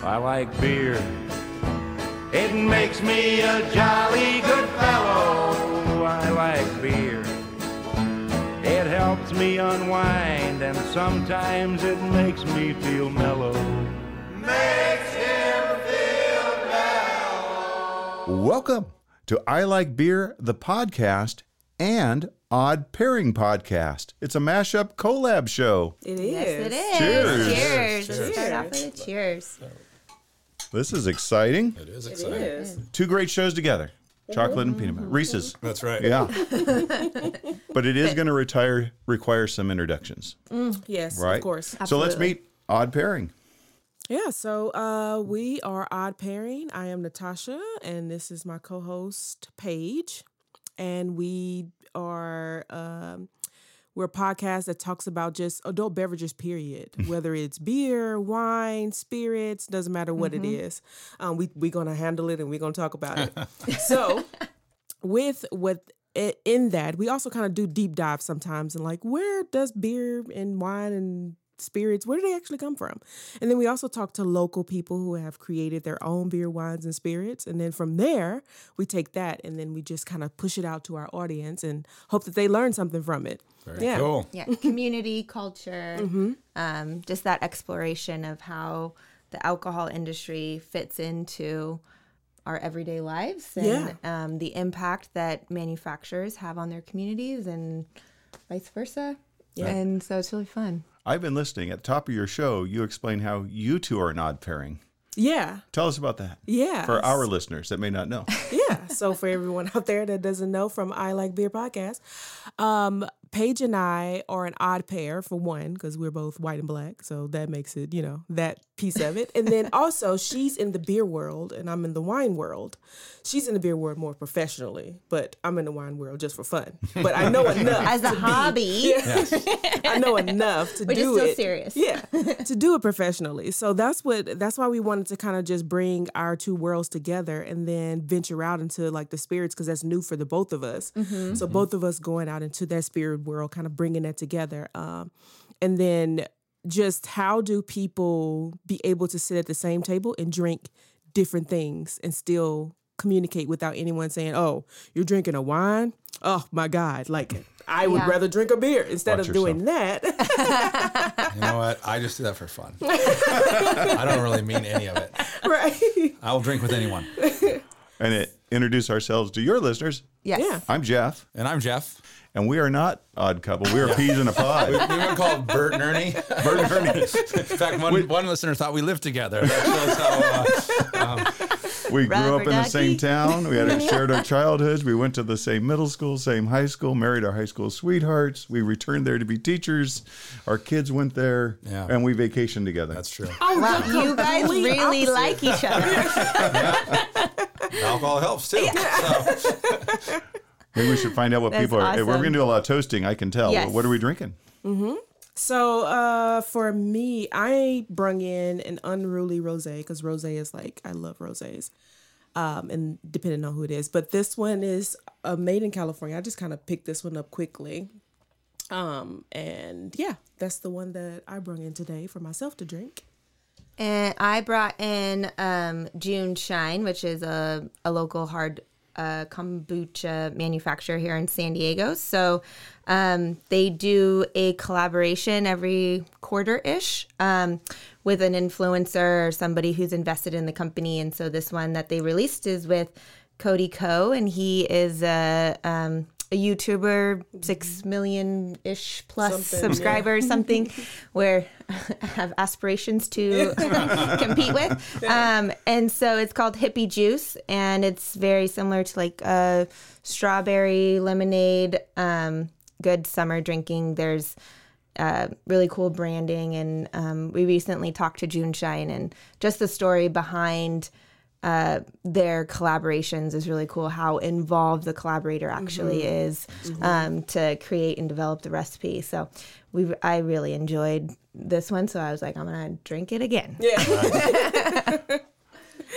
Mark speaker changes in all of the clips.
Speaker 1: I like beer.
Speaker 2: It makes me a jolly good fellow.
Speaker 1: I like beer. It helps me unwind, and sometimes it makes me feel mellow.
Speaker 2: Makes him feel mellow.
Speaker 3: Welcome to I Like Beer, the podcast, and Odd Pairing Podcast. It's a mashup collab show.
Speaker 4: It is.
Speaker 5: Yes, it is.
Speaker 3: Cheers.
Speaker 5: Cheers. Let's start off with a cheers.
Speaker 3: This is exciting.
Speaker 6: It is
Speaker 4: It
Speaker 6: exciting.
Speaker 4: is.
Speaker 3: Two great shows together chocolate and peanut butter. Reese's.
Speaker 6: That's right.
Speaker 3: Yeah. but it is going to retire require some introductions,
Speaker 4: Yes,
Speaker 3: right?
Speaker 4: of course.
Speaker 3: So let's meet Odd Pairing.
Speaker 4: Yeah, so uh, we are Odd Pairing. I am Natasha, and this is my co host, Paige. And we are. Um, we're a podcast that talks about just adult beverages, period. Whether it's beer, wine, spirits, doesn't matter what it
Speaker 5: Mm-hmm.
Speaker 4: is. Um, we we're gonna handle it and we're gonna talk about it. so with what i- in that we also kind of do deep dives sometimes and like where does beer and wine and spirits where do they actually come from and then we also talk to local people who have created their own beer wines and spirits and then from there we take that and then we just kind of push it out to our audience and hope that they learn something from it yeah
Speaker 6: Cool.
Speaker 5: Yeah, community, culture, um, just that exploration of how the alcohol industry fits into our everyday lives and um, the impact that manufacturers have on their communities and vice versa. And so it's really fun.
Speaker 3: I've been listening. At the top of your show, you explain how you two are an odd pairing.
Speaker 4: yeah
Speaker 3: Tell us about that
Speaker 4: yeah
Speaker 3: for our listeners that may not know.
Speaker 4: yeah. So for everyone out there that doesn't know from I Like Beer podcast, um, Paige and I are an odd pair for one because we're both white and black, so that makes it you know that piece of it. And then also she's in the beer world and I'm in the wine world. She's in the beer world more professionally, but I'm in the wine world just for fun. But I know enough
Speaker 5: As a hobby,
Speaker 4: I know enough to
Speaker 5: Which is
Speaker 4: do
Speaker 5: still
Speaker 4: it.
Speaker 5: serious.
Speaker 4: Yeah, to do it professionally. So that's what that's why we wanted to kind of just bring our two worlds together and then venture out into like the spirits because that's new for the both of us. So both of us going out into that spirit world, kind of bringing that together. Um, and then just how do people be able to sit at the same table and drink different things and still communicate without anyone saying, "Oh, you're drinking a wine." Oh my God! Like I would
Speaker 5: Yeah.
Speaker 4: rather drink a beer instead
Speaker 3: Watch
Speaker 4: of doing that.
Speaker 6: You
Speaker 5: Ah.
Speaker 6: know what? I just do that for fun. I don't really mean any of it.
Speaker 4: right?
Speaker 6: I'll drink with anyone.
Speaker 3: and it, introduce ourselves to your listeners.
Speaker 5: yes.
Speaker 4: Yeah.
Speaker 3: I'm Jeff,
Speaker 6: And I'm Jeff.
Speaker 3: and we are not odd couple. We are peas in a pod.
Speaker 6: We were called Bert and Ernie. Bert and Ernie. In fact, one, one listener thought we lived together. That shows how, uh,
Speaker 3: We grew up
Speaker 5: Rubber
Speaker 3: in the same
Speaker 5: ducky.
Speaker 3: town. We had our, shared our childhoods. We went to the same middle school, same high school, married our high school sweethearts. We returned there to be teachers. Our kids went there,
Speaker 6: Yeah.
Speaker 3: and we vacationed together.
Speaker 6: that's true.
Speaker 5: Wow, you guys really like each other.
Speaker 6: Alcohol helps too. So,
Speaker 3: Maybe we should find out what
Speaker 5: That's
Speaker 3: people are. We're
Speaker 5: awesome.
Speaker 3: going to do a lot of toasting. I can tell.
Speaker 5: Yes.
Speaker 3: What are we drinking?
Speaker 4: So uh, for me, I brung in an unruly rosé because rosé is like I love rosés, um, and depending on who it is. But this one is uh, made in California. I just kind of picked this one up quickly, um, and yeah, that's the one that I brung in today for myself to drink.
Speaker 5: And I brought in um, June Shine, which is a, a local hard uh, kombucha manufacturer here in San Diego. So um, they do a collaboration every quarter ish um, with an influencer or somebody who's invested in the company. And so this one that they released is with Cody Ko, and he is a. Um, a YouTuber, six million ish plus subscribers, something where I have aspirations to compete with. Um, and so it's called Hippie Juice, and it's very similar to like a strawberry lemonade, um, good summer drinking. There's uh, really cool branding, and um, we recently talked to June Shine, and just the story behind uh, their collaborations is really cool. How involved the collaborator actually is um, to create and develop the recipe. So we, I really enjoyed this one. So I was like, I'm gonna drink it again.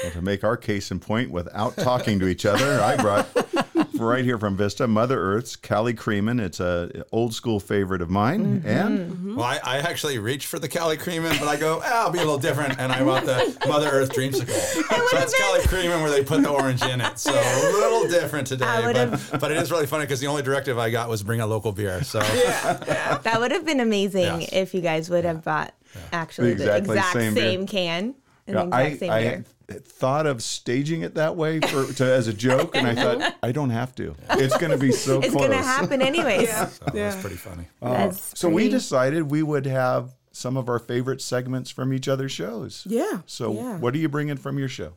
Speaker 3: Well, to make our case in point without talking to each other, I brought right here from Vista, Mother Earth's Cali Creamin. It's a old school favorite of mine.
Speaker 5: Mm-hmm.
Speaker 3: And
Speaker 6: Well, I, I actually reach for the Cali Creamin, but I go, ah, I'll be a little different, and I want the Mother Earth Dreamsicle. so it's Cali Creamin where they put the orange in it. So a little different
Speaker 5: I
Speaker 6: today,
Speaker 5: would've-
Speaker 6: but, but it is really funny because the only directive I got was bring a local beer. So
Speaker 5: That would have been amazing
Speaker 6: Yes.
Speaker 5: if you guys would have bought actually
Speaker 3: The
Speaker 5: the,
Speaker 3: exactly
Speaker 5: exact
Speaker 3: same
Speaker 5: same,
Speaker 3: beer.
Speaker 5: can
Speaker 3: Yeah,
Speaker 5: and the exact
Speaker 3: I,
Speaker 5: same
Speaker 3: I
Speaker 5: beer.
Speaker 3: had thought of staging it that way for to, as a joke, and I thought I don't have to. It's going to be so
Speaker 5: It's
Speaker 3: close.
Speaker 5: gonna happen anyways.
Speaker 4: Yeah.
Speaker 6: so that's pretty funny.
Speaker 5: That's
Speaker 3: Uh, So we
Speaker 5: pretty-
Speaker 3: decided we would have some of our favorite segments from each other's shows.
Speaker 4: Yeah.
Speaker 3: So
Speaker 4: yeah.
Speaker 3: what are you bringing from your show?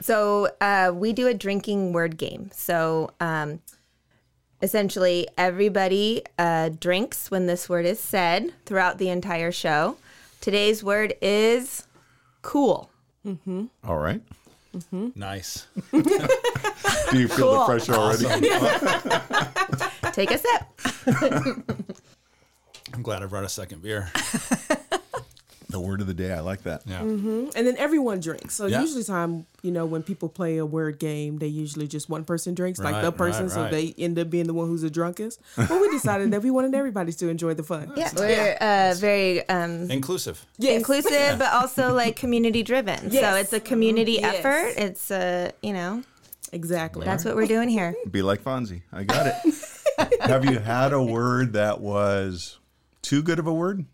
Speaker 5: So uh, we do a drinking word game. So um, essentially, everybody uh, drinks when this word is said throughout the entire show. Today's word is cool.
Speaker 3: All right.
Speaker 6: Nice.
Speaker 3: Do you feel the
Speaker 5: Cool.
Speaker 3: pressure already?
Speaker 5: Take a sip.
Speaker 6: I'm glad I brought a second beer.
Speaker 3: The word of the day. I like that.
Speaker 6: Yeah.
Speaker 4: and then everyone drinks. So
Speaker 6: Yeah.
Speaker 4: usually time, you know, when people play a word game, they usually just one person drinks, like
Speaker 6: Right,
Speaker 4: the
Speaker 6: right,
Speaker 4: person, so
Speaker 6: right.
Speaker 4: they end up being the one who's the drunkest. But we decided that we wanted everybody to enjoy the fun.
Speaker 5: Yeah, we're uh, very um,
Speaker 6: Inclusive.
Speaker 4: Yes.
Speaker 5: inclusive, but also like community driven. So
Speaker 4: Yes.
Speaker 5: it's a community
Speaker 4: Yes.
Speaker 5: effort. It's a you know
Speaker 4: Exactly.
Speaker 5: that's what we're doing here.
Speaker 3: Be like Fonzie. I got it. Have you had a word that was too good of a word?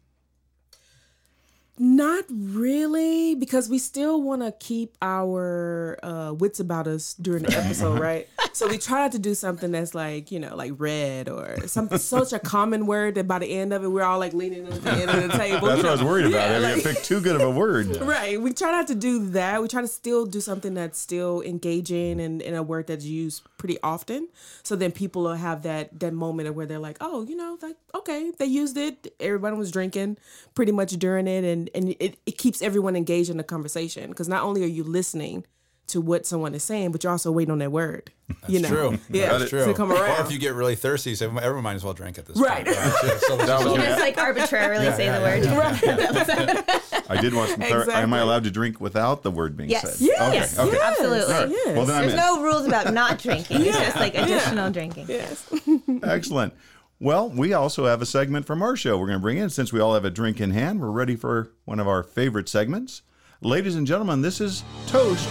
Speaker 4: Not really, because we still want to keep our uh, wits about us during the episode, right? So we tried to do something that's like, you know, like red or something, such a common word that by the end of it, we're all like leaning on the end of the table.
Speaker 3: That's
Speaker 4: you
Speaker 3: what I was
Speaker 4: know?
Speaker 3: worried about.
Speaker 4: Yeah,
Speaker 3: Have you
Speaker 4: like-
Speaker 3: picked too good of a word?
Speaker 4: Right. We try not to do that. We try to still do something that's still engaging and, and a word that's used pretty often. So then people will have that that moment of where they're like, oh, you know, like okay, they used it. Everyone was drinking pretty much during it, and and it, it keeps everyone engaged in the conversation because not only are you listening to what someone is saying, but you're also waiting on that word. you know,
Speaker 6: It's true.
Speaker 4: yeah,
Speaker 6: That's true.
Speaker 4: to come
Speaker 6: Or
Speaker 4: around.
Speaker 6: if you get really thirsty, so everyone might as well drink at this
Speaker 4: Right.
Speaker 6: point. Yeah, so this is
Speaker 5: You
Speaker 6: all-
Speaker 5: just like arbitrarily say the word.
Speaker 3: I did want some clar- Am I
Speaker 4: Exactly.
Speaker 3: allowed to drink without the word being
Speaker 5: Yes.
Speaker 3: said?
Speaker 4: Yes.
Speaker 3: Okay.
Speaker 4: Yes.
Speaker 3: Okay.
Speaker 4: Yes.
Speaker 5: Absolutely.
Speaker 3: All right.
Speaker 4: Yes.
Speaker 3: Well, then I'm
Speaker 5: There's
Speaker 3: in.
Speaker 5: no rules about not drinking. It's just like additional drinking.
Speaker 4: yes.
Speaker 3: Excellent. Well, we also have a segment from our show we're going to bring in. Since we all have a drink in hand, we're ready for one of our favorite segments. Ladies and gentlemen, this is Toast,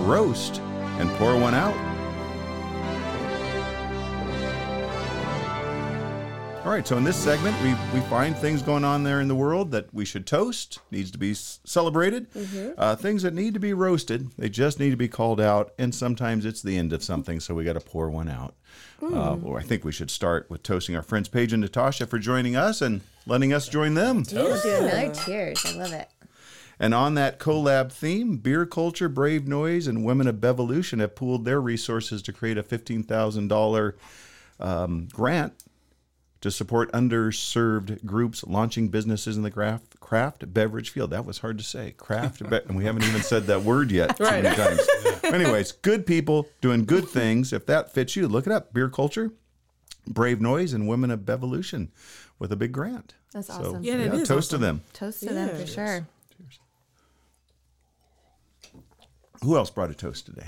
Speaker 3: Roast, and Pour One Out. All right, so in this segment, we, we find things going on there in the world that we should toast, needs to be s- celebrated, uh, things that need to be roasted. They just need to be called out, and sometimes it's the end of something, so we got to pour one out. Uh, well, I think we should start with toasting our friends Paige and Natasha for joining us and letting us join them.
Speaker 5: We'll do another cheers. I love it.
Speaker 3: And on that collab theme, Beer Culture, Brave Noise, and Women of Bevolution have pooled their resources to create a $15,000 um, grant to support underserved groups launching businesses in the craft, craft beverage field. That was hard to say. Craft, be- and we haven't even said that word yet too many times. Anyways, good people doing good things. If that fits you, look it up. Beer Culture, Brave Noise, and Women of Bevolution with a big grant.
Speaker 5: That's
Speaker 3: So,
Speaker 5: awesome.
Speaker 4: Yeah, that is
Speaker 3: toast to them.
Speaker 5: Toast to them for sure.
Speaker 3: Who else brought a toast today?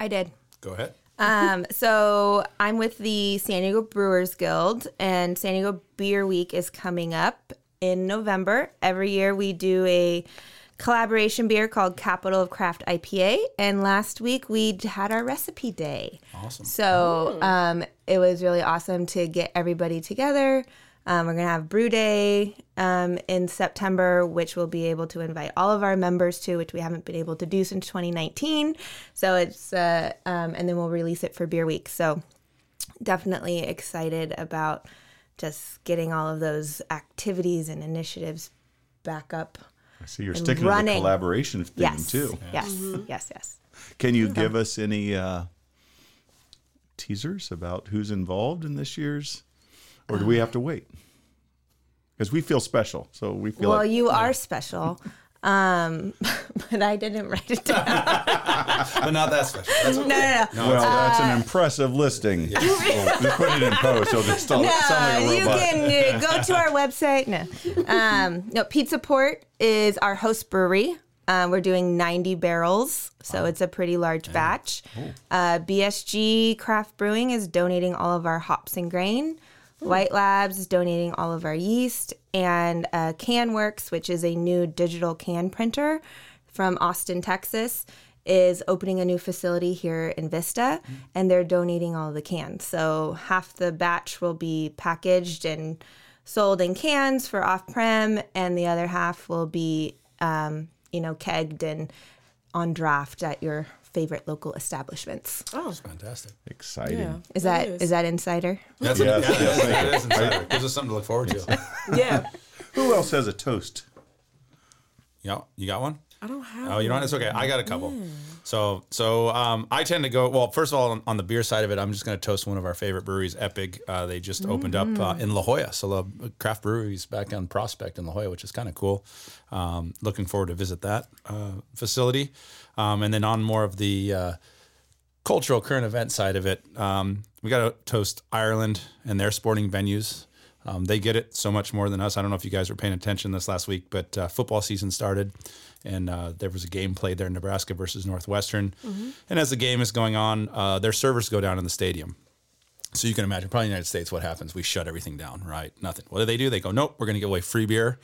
Speaker 5: I did.
Speaker 6: Go ahead.
Speaker 5: Um, so I'm with the San Diego Brewers Guild, and San Diego Beer Week is coming up in November. Every year we do a collaboration beer called Capital of Craft IPA, and last week we had our recipe day. Awesome. So um, it was really awesome to get everybody together. Um, we're gonna have brew day um, in September, which we'll be able to invite all of our members to, which we haven't been able to do since 2019. So it's uh, um, and then we'll release it for Beer Week. So definitely excited about just getting all of those activities and initiatives back up.
Speaker 3: I see you're sticking to the
Speaker 5: running.
Speaker 3: collaboration theme
Speaker 5: Yes.
Speaker 3: too.
Speaker 5: Yes. Yes. Yes.
Speaker 3: Can you give us any uh, teasers about who's involved in this year's, or do we have to wait? Because we feel special, so we feel
Speaker 5: Well,
Speaker 3: like
Speaker 5: you are special. Um, but I didn't write it down.
Speaker 6: But not that special. That's
Speaker 5: No,
Speaker 6: okay.
Speaker 5: no, no.
Speaker 3: well, that's
Speaker 5: uh,
Speaker 3: an impressive listing. Well, we put it in post, so just sound sound like
Speaker 5: No,
Speaker 3: a
Speaker 5: you
Speaker 3: robot.
Speaker 5: can uh, go to our website. No, um, no. Pizza Port is our host brewery. Uh, we're doing 90 barrels, so it's a pretty large batch. Uh, BSG Craft Brewing is donating all of our hops and grain.
Speaker 3: Hmm.
Speaker 5: White Labs is donating all of our yeast. And uh, CanWorks, which is a new digital can printer from Austin, Texas, is opening a new facility here in Vista,
Speaker 6: Mm-hmm.
Speaker 5: and they're donating all the cans. So half the batch will be packaged and sold in cans for off prem, and the other half will be, um, you know, kegged and on draft at your favorite local establishments.
Speaker 4: Oh,
Speaker 6: Fantastic.
Speaker 3: Exciting.
Speaker 4: yeah.
Speaker 5: Is that
Speaker 4: it
Speaker 5: is that insider?
Speaker 6: That's
Speaker 3: Yes,
Speaker 6: yeah,
Speaker 3: yes,
Speaker 6: that's-
Speaker 3: thank you.
Speaker 6: that is insider. Gives us something to look forward to.
Speaker 4: Yeah.
Speaker 3: Who else has a toast?
Speaker 6: Yeah, you got one?
Speaker 4: I don't have.
Speaker 6: Oh, you don't?
Speaker 4: one.
Speaker 6: It's okay. I got a couple. So, so um, I tend to go. Well, first of all, on, on the beer side of it, I'm just going to toast one of our favorite breweries, Epic. Uh, they just opened up uh, in La Jolla, so the craft breweries back on Prospect in La Jolla, which is kind of cool. Um, looking forward to visit that uh, facility, um, and then on more of the uh, cultural current event side of it, um, we got to toast Ireland and their sporting venues. Um, they get it so much more than us. I don't know if you guys were paying attention this last week, but uh, football season started, and uh, there was a game played there, Nebraska versus Northwestern. And as the game is going on, uh, their servers go down in the stadium. So you can imagine, probably in the United States, what happens? We shut everything down, right? Nothing. What do they do? They go, nope, we're going to give away free beer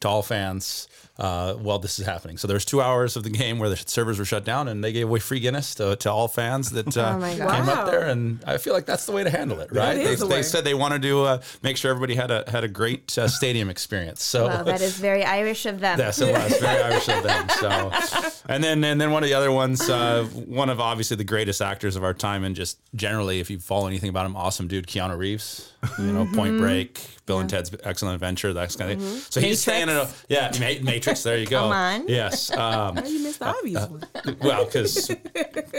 Speaker 6: to all fans uh, while this is happening. So there's two hours of the game where the servers were shut down, and they gave away free Guinness to, to all fans that uh,
Speaker 5: Oh my
Speaker 6: came
Speaker 5: God.
Speaker 6: up there. And I feel like that's the way to handle it, right?
Speaker 4: is
Speaker 6: They,
Speaker 4: the
Speaker 6: they
Speaker 4: way.
Speaker 6: said they wanted to uh, make sure everybody had a had a great uh, stadium experience. So
Speaker 5: Well, that is very Irish of them.
Speaker 6: Yes, it was very Irish of them. So, and then and then one of the other ones, uh, one of obviously the greatest actors of our time, and just generally, if you follow anything about him, awesome dude, Keanu Reeves. You know,
Speaker 5: Mm-hmm.
Speaker 6: Point Break, Bill and Ted's Excellent Adventure, that kind of thing. So he's staying in a yeah Ma- Matrix. There you go.
Speaker 5: Come on.
Speaker 6: Yes. Um,
Speaker 4: Oh, you missed the
Speaker 3: Uh,
Speaker 4: obvious one.
Speaker 6: well, because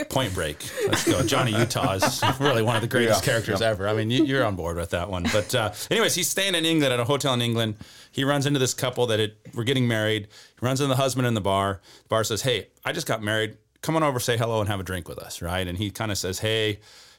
Speaker 6: Point Break. Let's go. Johnny Utah is really one of the greatest
Speaker 3: Yeah,
Speaker 6: characters ever. I mean, you, you're on board with that one. But uh, anyways, he's staying in England at a hotel in England. He runs into this couple that it, were getting married. He runs into the husband in the bar. The bar says, "Hey, I just got married. Come on over, say hello, and have a drink with us, right?" And he kind of says, "Hey."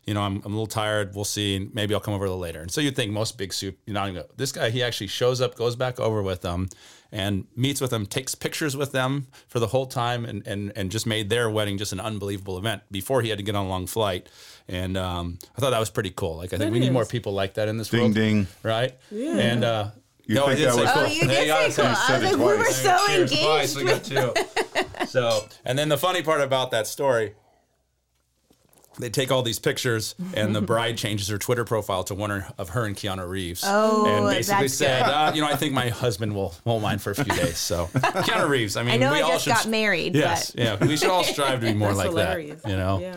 Speaker 6: You know, I'm, I'm a little tired. We'll see. and Maybe I'll come over a little later. And so you'd think most big soup, you're not gonna go. This guy, he actually shows up, goes back over with them, and meets with them, takes pictures with them for the whole time, and and and just made their wedding just an unbelievable event. Before he had to get on a long flight, and um, I thought that was pretty cool. Like I think we need more people like that in this
Speaker 3: Ding,
Speaker 6: world.
Speaker 3: ding.
Speaker 6: right? Yeah. And uh,
Speaker 3: You
Speaker 6: no, I
Speaker 3: think
Speaker 6: did
Speaker 3: that
Speaker 6: say
Speaker 3: was
Speaker 6: cool.
Speaker 5: Oh, you
Speaker 6: Hey,
Speaker 5: did
Speaker 6: I
Speaker 5: say cool.
Speaker 6: said-
Speaker 5: I was
Speaker 3: said
Speaker 5: like,
Speaker 3: it
Speaker 5: we were
Speaker 3: twice.
Speaker 5: so
Speaker 6: Cheers twice,
Speaker 5: engaged.
Speaker 6: we got two. So, and then the funny part about that story, they take all these pictures, and the bride changes her Twitter profile to one of her and Keanu Reeves,
Speaker 5: Oh,
Speaker 6: and basically
Speaker 5: that's
Speaker 6: said, uh, you know, I think my husband will won't mind for a few days. So, Keanu Reeves. I mean,
Speaker 5: I know
Speaker 6: we
Speaker 5: I
Speaker 6: all
Speaker 5: just
Speaker 6: should.
Speaker 5: got married,
Speaker 6: yes,
Speaker 5: but
Speaker 6: yeah, we should all strive to be more
Speaker 4: That's
Speaker 6: like
Speaker 4: hilarious.
Speaker 6: that. You know,
Speaker 4: Yeah.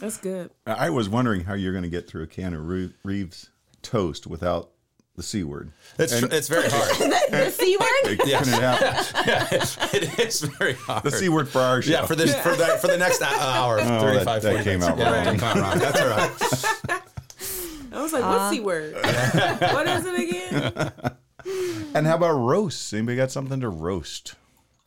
Speaker 4: That's good.
Speaker 3: I was wondering how you're going to get through a can of Ree- Reeves toast without the C word.
Speaker 6: it's it's very hard.
Speaker 5: the C word.
Speaker 3: It couldn't happen.
Speaker 6: it is very hard.
Speaker 3: The C word for our show.
Speaker 6: Yeah, for this for the for the next uh, hour,
Speaker 3: that-
Speaker 6: 35,
Speaker 3: that
Speaker 6: 40
Speaker 3: came
Speaker 6: minutes.
Speaker 3: out
Speaker 6: Yeah,
Speaker 3: wrong.
Speaker 6: it came out wrong. That's all right.
Speaker 4: I was like, what's
Speaker 5: Uh,
Speaker 4: C word? what is it again?
Speaker 3: and how about roasts? Anybody got something to roast?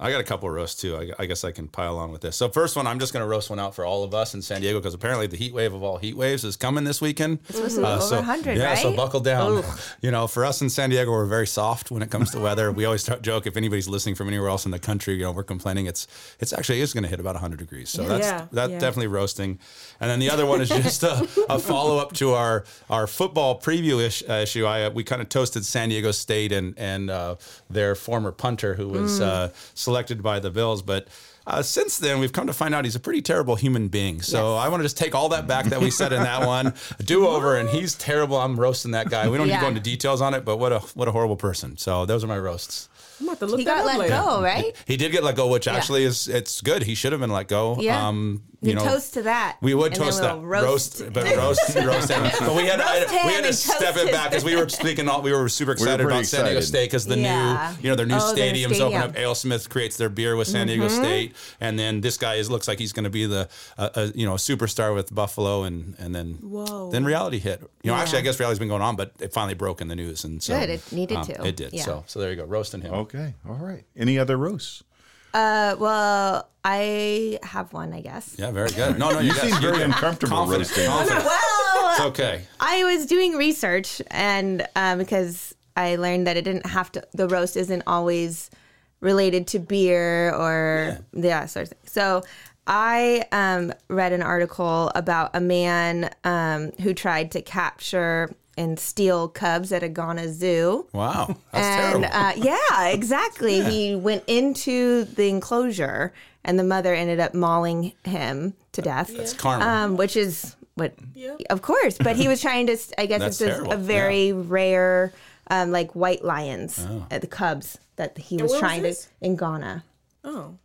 Speaker 6: I got a couple of roasts too. I, I guess I can pile on with this. So first one, I'm just going to roast one out for all of us in San Diego because apparently the heat wave of all heat waves is coming this weekend. It's
Speaker 5: supposed to be over
Speaker 6: so,
Speaker 5: 100,
Speaker 6: yeah, so
Speaker 5: right?
Speaker 6: buckle down. You know, for us in San Diego, we're very soft when it comes to weather. we always t- joke if anybody's listening from anywhere else in the country, you know, we're complaining it's it's actually is going to hit about 100 degrees. So that's
Speaker 4: Yeah,
Speaker 6: that's
Speaker 4: yeah.
Speaker 6: definitely roasting. And then the other one is just a, a follow up to our our football preview ish, uh, issue. I uh, we kind of toasted San Diego State and and uh, their former punter who was
Speaker 5: Hmm.
Speaker 6: uh, selected by the Bills, but. Uh, since then, we've come to find out he's a pretty terrible human being. So I want to just take all that back that we said in that one, do over, and he's terrible. I'm roasting that guy. We don't need to
Speaker 5: Yeah.
Speaker 6: go into details on it, but what a what a horrible person. So those are my roasts.
Speaker 4: I'm about to look
Speaker 5: He
Speaker 4: that
Speaker 5: got
Speaker 4: up
Speaker 5: let
Speaker 4: later.
Speaker 5: go, right?
Speaker 6: He did get let go, which actually is it's good. He should have been let go. Um,
Speaker 5: Yeah. We
Speaker 6: you know,
Speaker 5: toast to that.
Speaker 6: we would
Speaker 5: and then
Speaker 6: toast
Speaker 5: we'll
Speaker 6: that
Speaker 5: Roast.
Speaker 6: roast, but roast, roast him. But we had
Speaker 5: Roast
Speaker 6: I,
Speaker 5: him
Speaker 6: we had to
Speaker 5: and
Speaker 6: step
Speaker 5: toast
Speaker 6: it
Speaker 5: his
Speaker 6: back because we were speaking. All, we were super excited
Speaker 3: pretty
Speaker 6: about San Diego
Speaker 3: excited.
Speaker 6: State because the
Speaker 5: Yeah.
Speaker 6: new, you know, their new
Speaker 5: Oh, their
Speaker 6: stadiums open
Speaker 5: stadium. Mm-hmm.
Speaker 6: up. AleSmith creates their beer with San Diego State, and then this guy is looks like he's going to be the, uh, uh, you know, superstar with Buffalo, and and then
Speaker 4: Whoa.
Speaker 6: then reality hit. You know,
Speaker 5: Yeah.
Speaker 6: actually, I guess reality's been going on, but it finally broke in the news, and so um,
Speaker 5: Good, it needed to.
Speaker 6: It did.
Speaker 5: Yeah.
Speaker 6: So so there you go, roasting him.
Speaker 3: Okay, all right. Any other roasts?
Speaker 5: Uh, well, I have one, I guess.
Speaker 6: Yeah, very good. No, no, you,
Speaker 3: You
Speaker 6: guys-
Speaker 3: seem
Speaker 6: you're
Speaker 3: very
Speaker 6: good.
Speaker 3: uncomfortable
Speaker 6: Confident,
Speaker 3: roasting.
Speaker 5: Oh,
Speaker 6: confident.
Speaker 5: Well,
Speaker 6: It's okay.
Speaker 5: I was doing uh, research, and um, because I learned that it didn't have to, the roast isn't always related to beer or yeah, sort of thing. So I um, read an article about a man um, who tried to capture and steal cubs at a Ghana zoo.
Speaker 6: Wow, that's
Speaker 5: and
Speaker 6: terrible.
Speaker 5: uh, yeah, exactly. He went into the enclosure, and the mother ended up mauling him to death.
Speaker 6: That's karma.
Speaker 5: Um, which is what, of course. But he was trying to. s- I guess
Speaker 6: That's
Speaker 5: it's just
Speaker 6: terrible,
Speaker 5: a very rare, um, like white lions,
Speaker 6: Oh.
Speaker 5: uh, the cubs that he
Speaker 4: where
Speaker 5: was
Speaker 4: was
Speaker 5: trying
Speaker 4: this?
Speaker 5: to in Ghana.
Speaker 4: Oh.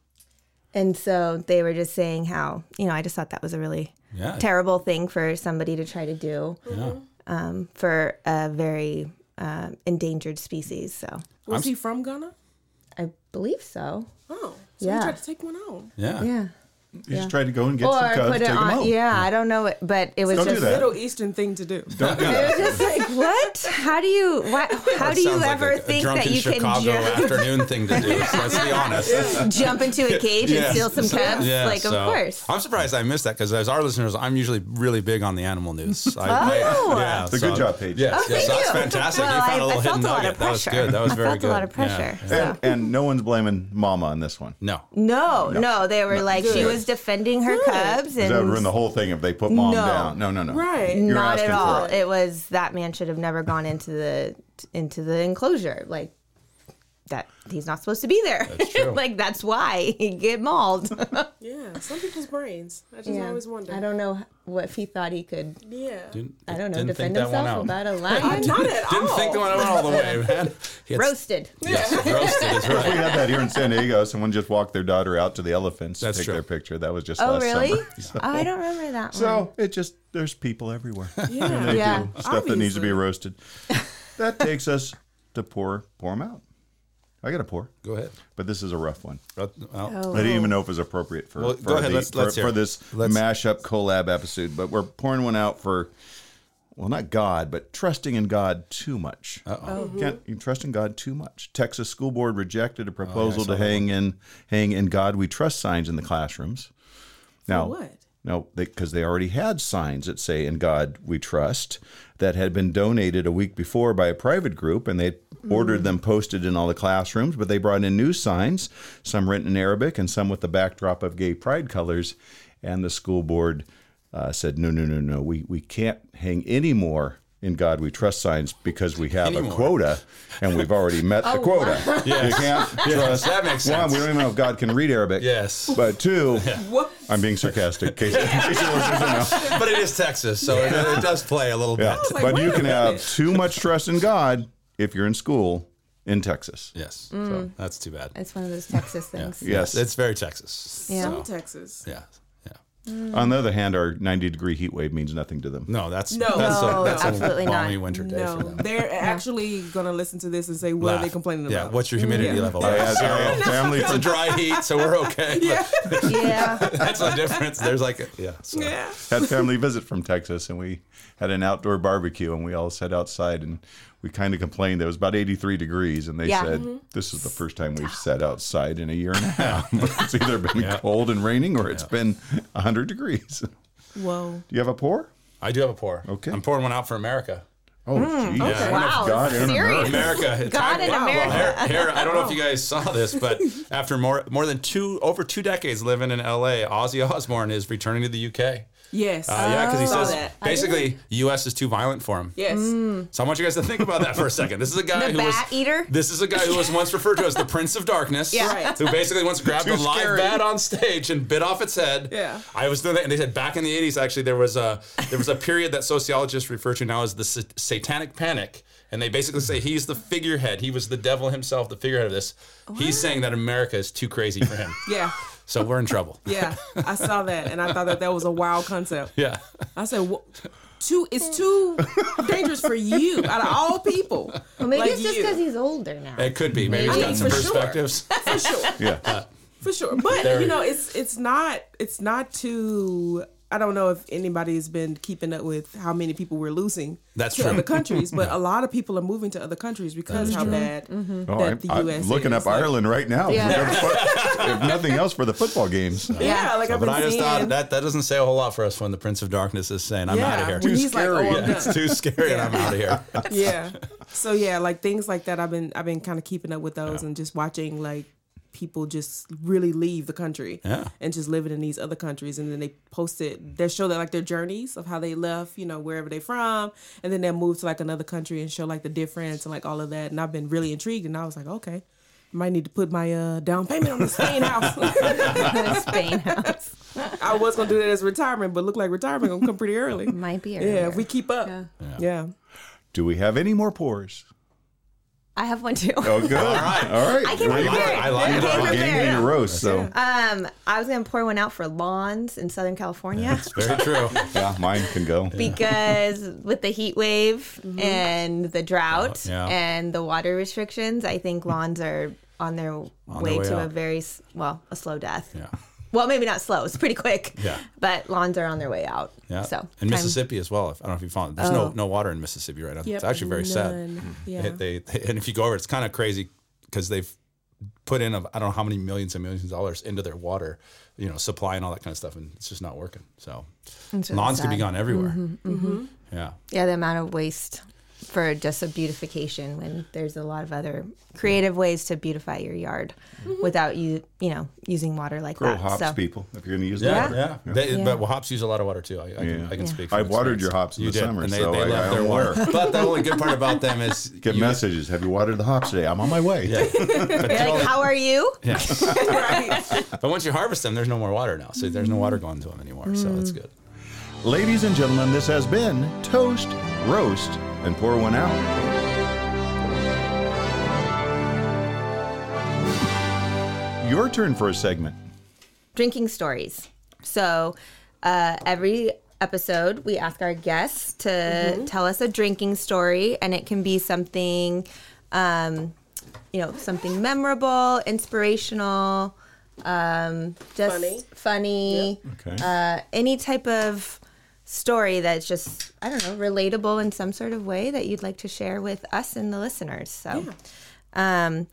Speaker 5: And so they were just saying how you know I just thought that was a really
Speaker 6: Yeah.
Speaker 5: terrible thing for somebody to try to do
Speaker 6: yeah.
Speaker 5: um, for a very um, endangered species. So
Speaker 4: Was he from Ghana?
Speaker 5: I believe so.
Speaker 4: Oh. So
Speaker 5: Yeah.
Speaker 4: he tried to take one home.
Speaker 6: Yeah.
Speaker 5: Yeah.
Speaker 3: You just try to go and get some
Speaker 5: Or
Speaker 3: cubs,
Speaker 5: put
Speaker 3: take
Speaker 5: it
Speaker 3: them
Speaker 5: on.
Speaker 3: home.
Speaker 5: Yeah, I don't know, it, but it was
Speaker 3: Don't do
Speaker 5: just.
Speaker 3: that.
Speaker 4: Middle Eastern thing to do.
Speaker 3: Don't do that.
Speaker 5: It was just like what? How do you? What, how do you
Speaker 6: Sounds like
Speaker 5: ever
Speaker 6: a,
Speaker 5: think
Speaker 6: a drunken
Speaker 5: that you
Speaker 6: Chicago
Speaker 5: can ju-
Speaker 6: afternoon thing to do? Let's be honest.
Speaker 5: jump into a cage and steal some cubs? like,
Speaker 6: so-
Speaker 5: of course.
Speaker 6: I'm surprised I missed that because as our listeners, I'm usually really big on the animal news. I,
Speaker 5: Oh.
Speaker 6: I, yeah,
Speaker 3: It's a good job, Paige.
Speaker 6: Yes,
Speaker 5: Oh,
Speaker 6: yes,
Speaker 5: thank
Speaker 6: that's
Speaker 5: you.
Speaker 6: fantastic.
Speaker 5: Well,
Speaker 6: you
Speaker 5: I-
Speaker 6: found a
Speaker 5: I
Speaker 6: little
Speaker 5: felt
Speaker 6: hidden
Speaker 5: a lot
Speaker 6: nugget.
Speaker 5: of
Speaker 6: That was
Speaker 5: pressure.
Speaker 6: good. That was
Speaker 5: I
Speaker 6: very
Speaker 5: felt
Speaker 6: good.
Speaker 5: a lot of
Speaker 6: Yeah,
Speaker 5: pressure.
Speaker 6: yeah.
Speaker 3: And, and no one's blaming Mama on this one.
Speaker 6: No.
Speaker 5: No, no, they were like she was defending her cubs
Speaker 3: That would
Speaker 5: and
Speaker 3: ruin the whole thing if they put Mom
Speaker 5: No.
Speaker 3: down. No, no, no.
Speaker 4: Right.
Speaker 3: You're
Speaker 5: not
Speaker 3: asking
Speaker 5: at all.
Speaker 3: For it.
Speaker 5: It was that man should have never gone into the into the enclosure. Like that he's not supposed to be there.
Speaker 6: That's true.
Speaker 5: like that's why he get mauled.
Speaker 4: Yeah. Some people's brains. I just always wonder.
Speaker 5: I don't know what if he thought he could.
Speaker 4: Yeah.
Speaker 5: I don't know.
Speaker 6: Didn't
Speaker 5: defend
Speaker 6: think that one
Speaker 5: himself
Speaker 6: out.
Speaker 5: about a lion
Speaker 4: Not at
Speaker 6: Didn't
Speaker 4: all.
Speaker 6: think that one out all the way, man. He had-
Speaker 5: roasted.
Speaker 6: Yes, roasted is
Speaker 3: We
Speaker 6: right.
Speaker 3: had that here in San Diego. Someone just walked their daughter out to the elephants
Speaker 6: That's
Speaker 3: to take
Speaker 6: true.
Speaker 3: their picture. That was just
Speaker 5: Oh
Speaker 3: last
Speaker 5: really?
Speaker 3: summer.
Speaker 5: Oh, I don't remember that one.
Speaker 3: So it just there's people everywhere.
Speaker 4: Yeah.
Speaker 3: They
Speaker 5: Yeah.
Speaker 3: do stuff that needs to be roasted. that takes us to pour pour them out. I got to pour,
Speaker 6: Go ahead.
Speaker 3: but this is a rough one.
Speaker 6: Well,
Speaker 5: Oh.
Speaker 3: I didn't even know if it was appropriate for
Speaker 6: Well,
Speaker 3: for,
Speaker 6: go ahead,
Speaker 3: the-
Speaker 6: let's-
Speaker 3: for,
Speaker 6: let's hear
Speaker 3: for
Speaker 6: it.
Speaker 3: this
Speaker 6: Let's-
Speaker 3: mashup collab episode. But we're pouring one out for well, not God, but trusting in God too much. Uh-oh. You can't you can trust in God too much. Texas school board rejected a
Speaker 6: Oh,
Speaker 3: proposal to hang in hang in God we trust signs in the classrooms. Now
Speaker 4: what?
Speaker 3: No, because they, already had signs that say "In God We Trust" that had been donated a week before by a private group, and they ordered them posted in all the classrooms. But they brought in new signs, some written in Arabic and some with the backdrop of gay pride colors, and the school board uh, said, "No, no, no, no, we we can't hang any more." In God We Trust signs because we have a
Speaker 6: Anymore.
Speaker 3: quota and we've already met the quota. You can't trust.
Speaker 6: that makes
Speaker 3: One,
Speaker 6: sense.
Speaker 3: we don't even know if God can read Arabic.
Speaker 6: Yes.
Speaker 3: But two,
Speaker 4: What?
Speaker 3: I'm being sarcastic. in case- in case you're listening to know.
Speaker 6: But it is Texas, so it, it does play a little
Speaker 3: Yeah.
Speaker 6: bit.
Speaker 5: Oh,
Speaker 4: like,
Speaker 3: but
Speaker 4: wait
Speaker 3: you
Speaker 4: a
Speaker 3: can have
Speaker 4: minute.
Speaker 3: too much trust in God if you're in school in Texas.
Speaker 6: Yes.
Speaker 5: Mm.
Speaker 6: So that's too bad.
Speaker 5: It's one of those Texas things.
Speaker 3: Yes.
Speaker 6: It's very Texas.
Speaker 5: Yeah.
Speaker 4: Some
Speaker 6: So,
Speaker 4: Texas.
Speaker 6: yeah. Yeah.
Speaker 3: On the other hand, our 90 degree heat wave means nothing to them.
Speaker 6: No, that's
Speaker 4: No.
Speaker 6: that's
Speaker 5: No,
Speaker 6: a, that's
Speaker 5: absolutely
Speaker 6: a balmy
Speaker 5: not.
Speaker 6: winter day
Speaker 4: No,
Speaker 6: for them.
Speaker 4: they're actually gonna listen to this and say, "What are they
Speaker 6: Laugh.
Speaker 4: complaining
Speaker 6: yeah,
Speaker 4: about?"
Speaker 6: what's your humidity
Speaker 4: Yeah.
Speaker 6: level?
Speaker 3: I had- I
Speaker 6: Zero.
Speaker 3: had family
Speaker 6: It's a
Speaker 3: from
Speaker 6: dry heat, so we're okay.
Speaker 4: Yeah.
Speaker 5: Yeah.
Speaker 6: But that's the difference. There's like, a, yeah. So.
Speaker 4: yeah.
Speaker 3: had family visit from Texas, and we had an outdoor barbecue, and we all sat outside, and we kind of complained that it was about 83 degrees, and they
Speaker 5: Yeah.
Speaker 3: said this is the first time we've sat outside in a year and a half. it's either been cold and raining, or it's been 100 degrees. Do
Speaker 4: Whoa.
Speaker 3: you have a pour?
Speaker 6: I do have a pour.
Speaker 3: Okay.
Speaker 6: I'm pouring one out for America.
Speaker 3: Oh, geez.
Speaker 6: okay.
Speaker 5: Wow,
Speaker 3: God
Speaker 5: this is
Speaker 3: in
Speaker 5: serious.
Speaker 3: America.
Speaker 6: America. it's
Speaker 5: God
Speaker 6: time-
Speaker 5: in
Speaker 6: Wow.
Speaker 5: America.
Speaker 6: Well, here, here, I don't know if you guys saw this, but after more more than two over two decades living in LA, Ozzy Osbourne is returning to the UK.
Speaker 4: Yes.
Speaker 6: Uh, yeah, because he
Speaker 4: Oh, Saw
Speaker 6: says
Speaker 4: that.
Speaker 6: basically U.S. is too violent for him.
Speaker 4: Yes.
Speaker 5: mm.
Speaker 6: So I want you guys to think about that for a second. This is a guy
Speaker 5: The
Speaker 6: who was
Speaker 5: bat eater?
Speaker 6: This is a guy who was once referred to as the Prince of Darkness.
Speaker 5: Yeah.
Speaker 4: Right.
Speaker 6: Who basically once grabbed a live
Speaker 3: scary.
Speaker 6: bat on stage and bit off its head.
Speaker 4: Yeah.
Speaker 6: I was doing that, and they said back in the '80s, actually, there was a there was a period that sociologists refer to now as the sa- Satanic Panic, and they basically say he's the figurehead. He was the devil himself, the figurehead of this. He's saying that America is too crazy for him,
Speaker 4: Yeah.
Speaker 6: so we're in trouble.
Speaker 4: Yeah. I saw that, and I thought that that was a wild concept.
Speaker 6: Yeah.
Speaker 4: I said, "What? Too? It's too dangerous for you, out of all people."
Speaker 5: Well, maybe
Speaker 4: Like
Speaker 5: it's just
Speaker 4: you.
Speaker 5: because he's older now.
Speaker 6: It could be. Maybe he's
Speaker 4: Maybe.
Speaker 6: got some
Speaker 4: For sure.
Speaker 6: perspectives. Uh,
Speaker 4: for sure.
Speaker 3: Yeah.
Speaker 4: for sure. But
Speaker 6: There-
Speaker 4: you know, it's it's not it's not too. I don't know if anybody's been keeping up with how many people we're losing
Speaker 6: That's
Speaker 4: to
Speaker 6: true.
Speaker 4: other countries, but a lot of people are moving to other countries because how bad
Speaker 6: Mm-hmm.
Speaker 3: Oh,
Speaker 4: that
Speaker 3: I'm,
Speaker 4: the
Speaker 3: I'm
Speaker 4: U.S.
Speaker 3: looking
Speaker 4: is.
Speaker 3: up
Speaker 4: Like,
Speaker 3: Ireland right now.
Speaker 5: Yeah.
Speaker 3: If we go to fo- if nothing else for the football games.
Speaker 4: Yeah, like I've
Speaker 6: but
Speaker 4: been
Speaker 6: I just
Speaker 4: seeing.
Speaker 6: thought that that doesn't say a whole lot for us when the Prince of Darkness is saying, "I'm
Speaker 4: yeah,
Speaker 6: out of here."
Speaker 4: when
Speaker 3: Too
Speaker 4: he's
Speaker 3: scary.
Speaker 4: like, oh, I'm
Speaker 6: yeah, it's
Speaker 4: done.
Speaker 6: too scary, and I'm out of here.
Speaker 4: yeah. So yeah, like things like that. I've been I've been kind of keeping up with those and just watching like people just really leave the country
Speaker 6: Yeah.
Speaker 4: and just living in these other countries. And then they post it, they show that like their journeys of how they left, you know, wherever they from. And then they move to like another country and show like the difference and like all of that. And I've been really intrigued. And I was like, okay, might need to put my uh, down payment on the Spain house.
Speaker 5: Spain house
Speaker 4: I was going to do that as retirement, but look like retirement going to come pretty early.
Speaker 5: might be.
Speaker 4: Yeah,
Speaker 5: earlier.
Speaker 4: if we keep up. Yeah.
Speaker 3: Do we have any more pours?
Speaker 5: I have one too.
Speaker 3: Oh, good. All right. All right.
Speaker 5: I came
Speaker 3: Well,
Speaker 5: prepared.
Speaker 6: I like it.
Speaker 5: I
Speaker 3: you
Speaker 5: came
Speaker 3: gave me
Speaker 5: prepared.
Speaker 3: your roast, so
Speaker 5: Um, I was gonna pour one out for lawns in Southern California
Speaker 6: It's very true.
Speaker 3: yeah, mine can go.
Speaker 5: because with the heat wave and the drought
Speaker 6: Yeah.
Speaker 5: and the water restrictions, I think lawns are on their way,
Speaker 6: way
Speaker 5: to a
Speaker 6: out.
Speaker 5: very s- well a slow death.
Speaker 6: Yeah.
Speaker 5: Well, maybe not slow. It's pretty quick.
Speaker 6: Yeah.
Speaker 5: But lawns are on their way out.
Speaker 6: Yeah.
Speaker 5: So
Speaker 6: and
Speaker 5: time- Oh.
Speaker 6: Mississippi as well. If, I don't know if you found there's no no water in Mississippi right now.
Speaker 4: Yep,
Speaker 6: it's actually very sad. Mm-hmm.
Speaker 4: none. Yeah.
Speaker 6: They- They, they- and if you go over, it's kind of crazy because they've put in of I don't know how many millions and millions of dollars into their water, you know, supply and all that kind of stuff, and it's just not working. So
Speaker 5: It's really
Speaker 6: lawns could be
Speaker 5: sad. Mm-hmm.
Speaker 6: gone everywhere. Mm-hmm. Yeah.
Speaker 5: Yeah, the amount of waste for just a beautification when there's a lot of other creative ways to beautify your yard without you, you know, using water like
Speaker 3: Grow
Speaker 5: that.
Speaker 3: hops,
Speaker 5: so
Speaker 3: people, if you're going to use
Speaker 6: Yeah,
Speaker 3: that.
Speaker 6: yeah. They,
Speaker 5: Yeah.
Speaker 6: But well, hops use a lot of water too. I, I can,
Speaker 3: Yeah.
Speaker 6: I can
Speaker 5: Yeah.
Speaker 6: speak.
Speaker 3: I
Speaker 6: from
Speaker 3: watered
Speaker 6: experience.
Speaker 3: your hops in
Speaker 6: you
Speaker 3: the
Speaker 6: did,
Speaker 3: summer,
Speaker 6: and they,
Speaker 3: so
Speaker 6: they
Speaker 3: I-
Speaker 6: left
Speaker 3: I'm
Speaker 6: their
Speaker 3: aware.
Speaker 6: water. But the only good part about them is
Speaker 3: Get
Speaker 6: you-
Speaker 3: messages. Have you watered the hops today? I'm on my way.
Speaker 6: Yeah. But
Speaker 5: You're
Speaker 6: they're
Speaker 5: like,
Speaker 6: only-
Speaker 5: how are you?
Speaker 6: But once you harvest them, there's no more water now. So there's no water going to them anymore. So that's
Speaker 5: Mm.
Speaker 6: good.
Speaker 3: Ladies and gentlemen, this has been Toast, Roast, and Pour One Out. Your turn for a segment.
Speaker 5: Drinking stories. So uh, every episode, we ask our guests to tell us a drinking story, and it can be something, um, you know, something memorable, inspirational, um, just
Speaker 4: Funny.
Speaker 5: funny, funny
Speaker 3: Okay.
Speaker 5: uh, any type of story that's just I don't know relatable in some sort of way that you'd like to share with us and the listeners. So, um,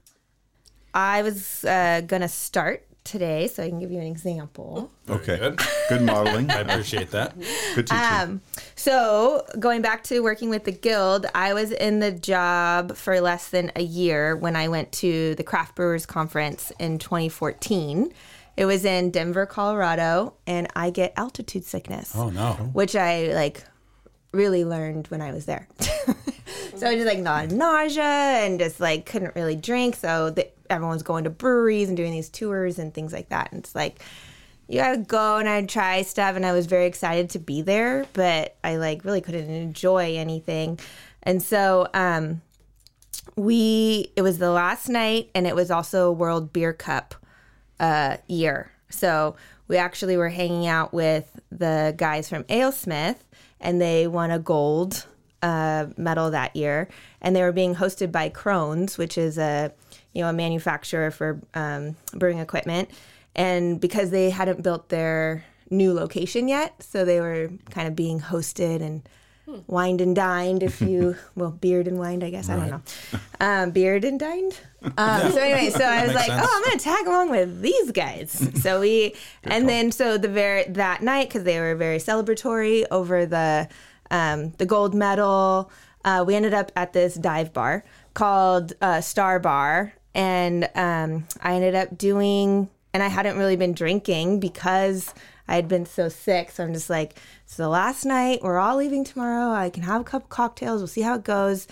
Speaker 5: I was uh, gonna start today, so I can give you an example.
Speaker 3: okay.
Speaker 6: good.
Speaker 3: Good modeling. Um,
Speaker 6: I appreciate that.
Speaker 3: Good teaching.
Speaker 5: So, going back to working with the guild, I was in the job for less than a year when I went to the Craft Brewers Conference in 2014. It was in Denver, Colorado, and I get altitude sickness.
Speaker 6: Oh no.
Speaker 5: which I like really learned when I was there. so I just like not nausea and just like couldn't really drink. So the, everyone's going to breweries and doing these tours and things like that. And it's like you gotta go and I'd try stuff and I was very excited to be there, but I like really couldn't enjoy anything. And so um we it was the last night and it was also World Beer Cup uh, year. So we actually were hanging out with the guys from AleSmith, and they won a gold uh, medal that year. And they were being hosted by Crohn's, which is a you know a manufacturer for um, brewing equipment. And because they hadn't built their new location yet, so they were kind of being hosted and wined and dined, if you well, beard and wined, I guess I don't know, um, beard and dined. Um, so anyway, so I was
Speaker 6: Makes
Speaker 5: like,
Speaker 6: sense.
Speaker 5: oh, I'm gonna tag along with these guys. So we, and then so the very that night because they were very celebratory over the um, the gold medal. Uh, we ended up at this dive bar called uh, Star Bar, and um, I ended up doing. And I hadn't really been drinking because I had been so sick. So I'm just like, it's the last night. We're all leaving tomorrow. I can have a couple cocktails. We'll see how it goes.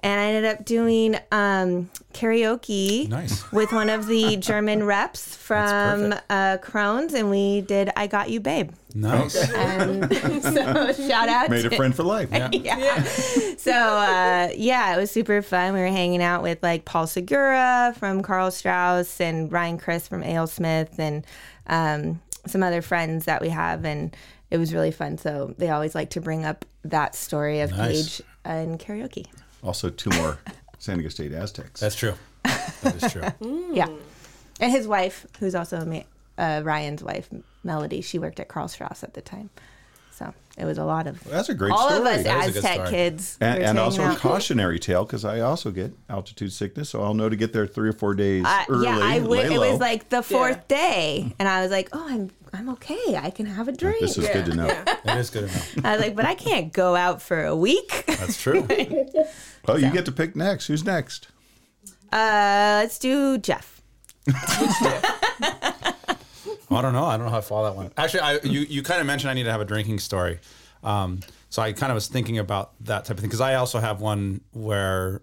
Speaker 5: And I ended up doing um, karaoke
Speaker 6: Nice.
Speaker 5: with one of the German reps from uh, Crohn's, and we did "I Got You, Babe."
Speaker 6: Nice.
Speaker 5: And so shout out.
Speaker 3: Made a
Speaker 5: to-
Speaker 3: friend for life.
Speaker 5: yeah. So uh, yeah, it was super fun. We were hanging out with like Paul Segura from Carl Strauss and Ryan Chris from Ale Smith and um, some other friends that we have, and it was really fun. So they always like to bring up that story of
Speaker 6: Nice.
Speaker 5: Paige and karaoke.
Speaker 3: Also, two more San Diego State Aztecs.
Speaker 6: That's true. That is true.
Speaker 5: Yeah. And his wife, who's also Ma- uh, Ryan's wife, Melody, she worked at Carl Strauss at the time. So it was a lot of.
Speaker 3: That's a great
Speaker 5: all
Speaker 3: story.
Speaker 5: of us
Speaker 6: That is a good
Speaker 5: Aztec
Speaker 6: story.
Speaker 5: kids.
Speaker 3: and,
Speaker 5: were
Speaker 3: and
Speaker 5: hanging
Speaker 3: also a
Speaker 5: out.
Speaker 3: cautionary tale because I also get altitude sickness, so I'll know to get there three or four days
Speaker 5: Uh,
Speaker 3: early.
Speaker 5: yeah, I went.
Speaker 3: lay
Speaker 5: It
Speaker 3: low.
Speaker 5: was like the fourth day, and I was like, "Oh, I'm I'm okay. I can have a drink."
Speaker 3: This is good to know.
Speaker 6: That is good enough.
Speaker 5: I was like, "But I can't go out for a week."
Speaker 6: That's true.
Speaker 3: Oh, you get to pick next. Who's next?
Speaker 5: Uh, let's do Jeff.
Speaker 6: Well, I don't know. I don't know how I follow that one. Actually, I, you you kind of mentioned I need to have a drinking story, um, so I kind of was thinking about that type of thing because I also have one where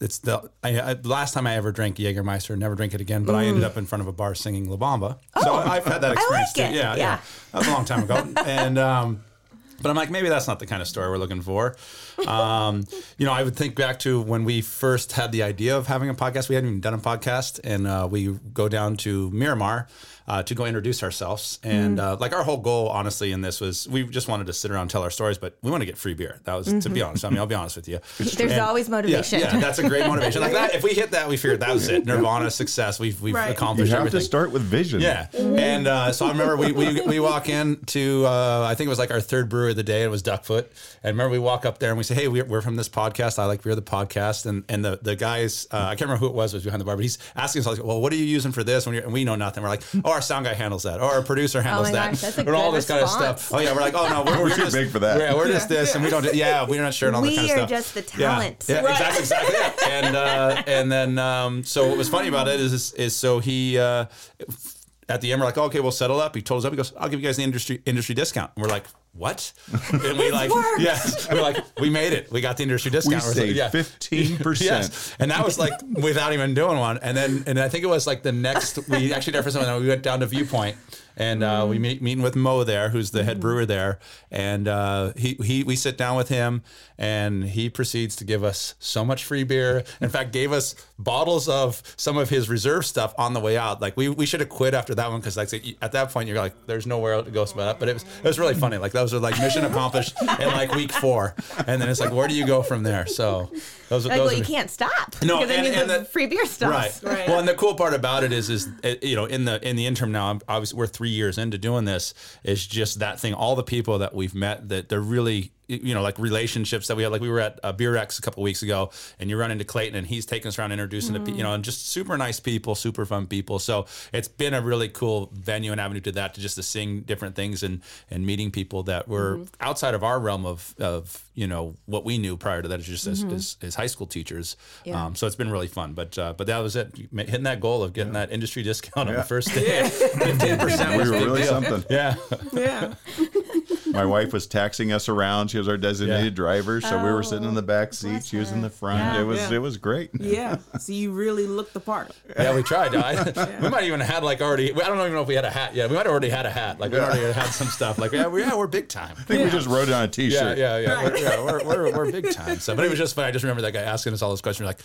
Speaker 6: it's the I, I, last time I ever drank Jägermeister, never drink it again. But I ended up in front of a bar singing La Bamba, so I've had that experience
Speaker 5: Mm. Oh, like it.
Speaker 6: too. Yeah, yeah,
Speaker 5: Yeah.
Speaker 6: that was a long time ago, and. Um, but I'm like, maybe that's not the kind of story we're looking for. Um, you know, I would think back to when we first had the idea of having a podcast. We hadn't even done a podcast, and uh, we go down to Miramar uh, to go introduce ourselves.
Speaker 5: Mm.
Speaker 6: And uh, like our whole goal, honestly, in this was we just wanted to sit around and tell our stories, but we want to get free beer. That was, to be honest. I mean, I'll be honest with you.
Speaker 5: Mm-hmm. There's
Speaker 6: And-
Speaker 5: always motivation.
Speaker 6: Yeah, yeah, that's a great motivation. Like that, if we hit that, we figured that was it. Nirvana, success. We've we've
Speaker 4: Right.
Speaker 3: You
Speaker 6: accomplished
Speaker 3: have
Speaker 6: everything.
Speaker 3: to start with vision.
Speaker 6: Yeah. And uh, so I remember we, we, we walk in to, uh, I think it was like our third brewery of the day. It was Duckfoot. And remember we walk up there and we say, hey, we're, we're from this podcast. I like Beer the Podcast. And and the, the guys, uh, I can't remember who it was, was behind the bar, but he's asking us, like, well, what are you using for this? When you're, and we know nothing. We're like, oh, our sound guy handles that. Or our producer handles
Speaker 5: Oh my
Speaker 6: that.
Speaker 5: gosh, that's a
Speaker 6: or all
Speaker 5: good
Speaker 6: this kind of stuff. Oh,
Speaker 5: response.
Speaker 6: yeah. We're like, oh, no, we're,
Speaker 3: too
Speaker 6: just-
Speaker 3: big for that.
Speaker 6: Yeah, we're just this. And we don't, do- yeah, we're not sure. And all that
Speaker 5: We
Speaker 6: kind
Speaker 5: are
Speaker 6: of stuff.
Speaker 5: just the
Speaker 6: Yeah.
Speaker 5: talent.
Speaker 6: Yeah, exactly, exactly. it. And uh, and then um, so what was funny about it is is so he uh, at the end we're like, "Oh, okay, we'll settle up. He told us up. He goes, I'll give you guys the industry industry discount. And we're like, what? And we like,
Speaker 5: worked.
Speaker 6: yes, we're like, we made it. We got the industry
Speaker 3: We
Speaker 6: discount. We're like,
Speaker 3: saved
Speaker 6: yeah.
Speaker 3: 15%.
Speaker 6: Yes. And that was like without even doing one. And then, and I think it was like the next, we actually did it for something. and We went down to Viewpoint and uh,
Speaker 5: Mm-hmm.
Speaker 6: we meet, meeting with Mo there, who's the head brewer there. And uh, he, he, we sit down with him and he proceeds to give us so much free beer. In fact, gave us bottles of some of his reserve stuff on the way out. Like we, we should have quit after that one. Cause like at that point you're like, there's nowhere else to go but up. But it was, it was really funny. Like those were like mission accomplished in like week four. And then it's like, where do you go from there? So those,
Speaker 5: Like,
Speaker 6: those
Speaker 5: well, you
Speaker 6: are-
Speaker 5: can't stop.
Speaker 6: No,
Speaker 5: because
Speaker 6: and-
Speaker 5: then
Speaker 6: and
Speaker 5: the,
Speaker 6: the-
Speaker 5: free beer stops.
Speaker 6: Right. Well, and the cool part about it is, is uh, you know, in the in the interim now, I'm obviously we're three years into doing this. It's just that thing. All the people that we've met that they're really you know like relationships that we had like we were at uh, beer x a couple weeks ago and you run into clayton and he's taking us around introducing to pe you know and just super nice people super fun people so it's been a really cool venue and avenue to that to just to sing different things and and meeting people that were outside of our realm of of you know what we knew prior to that is just as, as, as high school teachers
Speaker 5: Yeah.
Speaker 6: um, so it's been really fun but uh, but that was it You ma- hitting that goal of getting that industry discount on the first day
Speaker 3: We
Speaker 6: 15% was a
Speaker 3: were
Speaker 6: big
Speaker 3: really
Speaker 6: deal.
Speaker 3: something.
Speaker 6: yeah
Speaker 4: Yeah.
Speaker 3: My wife was taxing us around. She was our designated
Speaker 6: Yeah.
Speaker 3: driver, so we were sitting
Speaker 5: Oh,
Speaker 3: in the back seat. She was in the front. It was
Speaker 4: Yeah.
Speaker 3: it was great.
Speaker 4: Yeah. So you really looked the part.
Speaker 6: Yeah, we tried. I, We might even had like already. I don't even know if we had a hat. Yeah, we might have already had a hat. Like we already had some stuff. Like yeah, we, yeah, we're big time.
Speaker 3: I think we just wrote it on a
Speaker 6: Yeah,
Speaker 3: T-shirt.
Speaker 6: yeah, yeah. We're, yeah we're, we're, we're big time. So, but it was just funny. I just remember that guy asking us all those questions. We're like,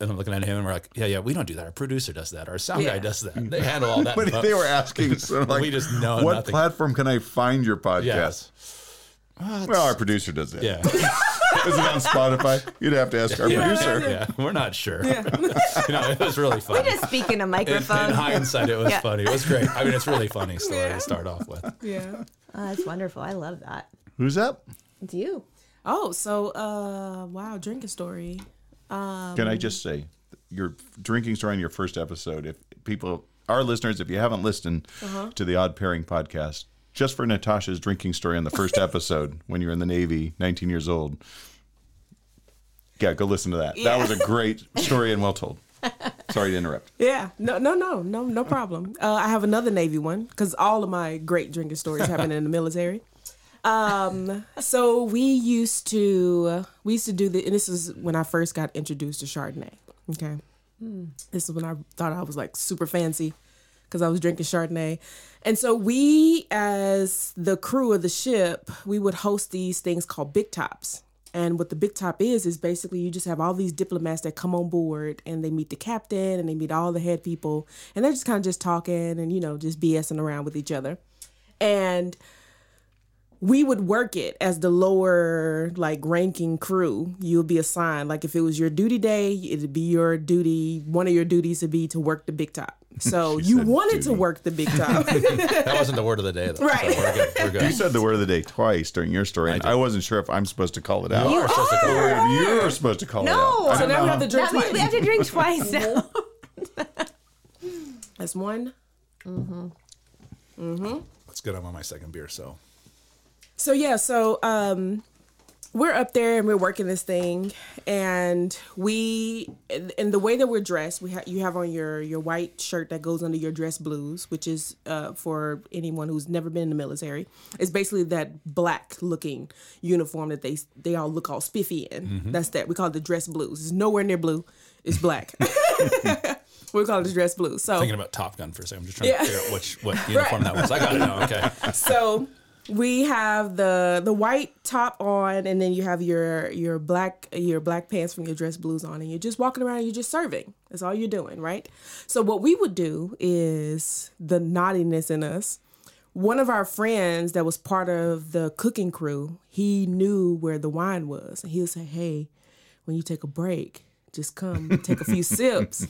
Speaker 6: and I'm looking at him, and we're like, yeah, yeah, we don't do that. Our producer does that. Our sound guy
Speaker 4: Yeah.
Speaker 6: does that. They handle all that.
Speaker 3: But
Speaker 6: But-
Speaker 3: they were asking, so like,
Speaker 6: We just know
Speaker 3: what
Speaker 6: nothing.
Speaker 3: platform can I find your podcast?
Speaker 6: Yes.
Speaker 3: Well, our producer does that.
Speaker 6: yeah.
Speaker 3: Is it on Spotify? You'd have to ask our producer.
Speaker 6: Yeah, we're not sure. you know, it was really fun.
Speaker 5: We're just speaking a
Speaker 6: in, in
Speaker 5: microphone.
Speaker 6: hindsight, it was
Speaker 5: Yeah.
Speaker 6: funny. It was great. I mean, it's a really funny story to start off with.
Speaker 4: Yeah.
Speaker 5: Oh, that's wonderful. I love that.
Speaker 3: Who's up?
Speaker 5: It's you.
Speaker 4: Oh, so uh wow, drinking story.
Speaker 3: Can I just say your drinking story on your first episode? If people, our listeners, if you haven't listened to the Odd Pairing podcast, just for Natasha's drinking story on the first episode when you were in the Navy, 19 years old. Yeah, go listen to that. That was a great story and well told. Sorry to interrupt.
Speaker 4: Yeah. No, no, no, no, no problem. Uh, I have another Navy one because all of my great drinking stories happen in the military. Um, so we used to we used to do the, and this is when I first got introduced to Chardonnay. Okay, this is when I thought I was like super fancy because I was drinking Chardonnay, and so we, as the crew of the ship, we would host these things called big tops. And what the big top is is basically you just have all these diplomats that come on board and they meet the captain and they meet all the head people and they're just kind of just talking and you know just BSing around with each other, and we would work it as the lower like ranking crew you would be assigned like if it was your duty day it'd be your duty one of your duties would be to work the big top so you
Speaker 3: said
Speaker 4: wanted to
Speaker 3: duty.
Speaker 4: work the big top
Speaker 6: That wasn't the word of the day, though.
Speaker 4: Right.
Speaker 6: So we're good. We're
Speaker 3: You
Speaker 6: good.
Speaker 3: said the word of the day twice during your story, and I, wasn't sure if I'm supposed to call it out.
Speaker 6: You are Oh, supposed to go.
Speaker 3: You're supposed to call it out.
Speaker 5: No.
Speaker 3: I
Speaker 4: so
Speaker 3: don't
Speaker 4: now
Speaker 3: know
Speaker 4: we
Speaker 3: how-
Speaker 4: have to drink
Speaker 5: That means we
Speaker 4: twice
Speaker 5: have to drink twice now.
Speaker 4: that's one
Speaker 6: That's good. I'm on my second beer, so
Speaker 4: So yeah, so um we're up there and we're working this thing and we and and the way that we're dressed we have you have on your your white shirt that goes under your dress blues which is uh, for anyone who's never been in the military it's basically that black looking uniform that they they all look all spiffy in that's that we call it the dress blues it's nowhere near blue it's black we call it the dress blues so
Speaker 6: Thinking about Top Gun for a second. I'm just trying to figure out which what uniform that was. I got it now. Okay.
Speaker 4: so we have the the white top on and then you have your your black your black pants from your dress blues on and you're just walking around and you're just serving that's all you're doing right so what we would do is the naughtiness in us one of our friends that was part of the cooking crew he knew where the wine was and he would say hey when you take a break just come take a few sips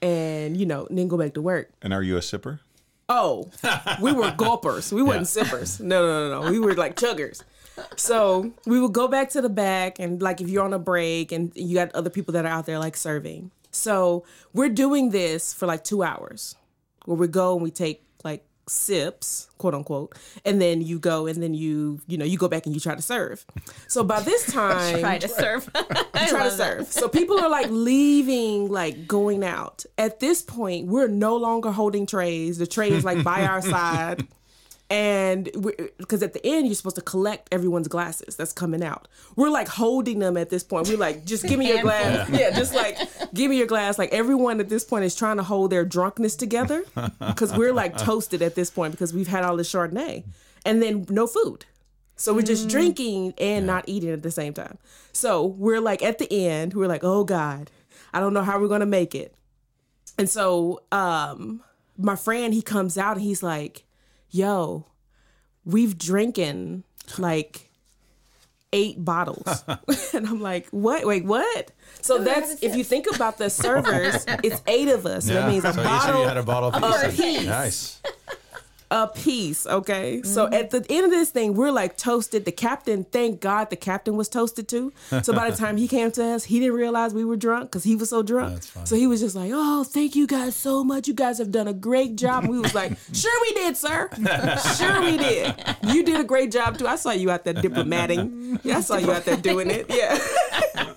Speaker 4: and you know and then go back to work
Speaker 3: And are you a sipper?
Speaker 4: Oh, we were gulpers. We weren't sippers. No, no, no, no. We were like chuggers. So we would go back to the back, and like if you're on a break and you got other people that are out there like serving. So we're doing this for like two hours where we go and we take like sips, quote unquote, and then you go and then you, you know, you go back and you try to serve. So by this time,
Speaker 5: Try to serve. I
Speaker 4: try to
Speaker 5: love that.
Speaker 4: serve. So people are like leaving, like going out. At this point, we're no longer holding trays. The tray is like by our side. And because at the end, you're supposed to collect everyone's glasses that's coming out. We're like holding them at this point. We're like, just give me your glass. Yeah, just like, give me your glass. Like everyone at this point is trying to hold their drunkenness together because we're like toasted at this point because we've had all this Chardonnay and then no food. So we're
Speaker 6: Mm.
Speaker 4: just drinking and not eating at the same time. So we're like at the end, we're like, oh God, I don't know how we're gonna make it. And so um my friend he comes out and he's like, yo, we've drinking like eight bottles. and I'm like, what? Wait, what? So that's if you think about the servers, it's eight of us. So that means a
Speaker 6: so each of
Speaker 4: bottle
Speaker 6: you had a bottle
Speaker 4: a
Speaker 6: of
Speaker 4: piece.
Speaker 6: Nice.
Speaker 4: a piece, okay? So at the end of this thing, we're like toasted. The captain, thank God the captain was toasted too. So by the time he came to us, he didn't realize we were drunk because he was so drunk. So he was just like, oh, thank you guys so much. You guys have done a great job. And we was like, sure we did, sir. Sure we did. You did a great job too. I saw you out there diplomating. Yeah, I saw you out there doing it. Yeah.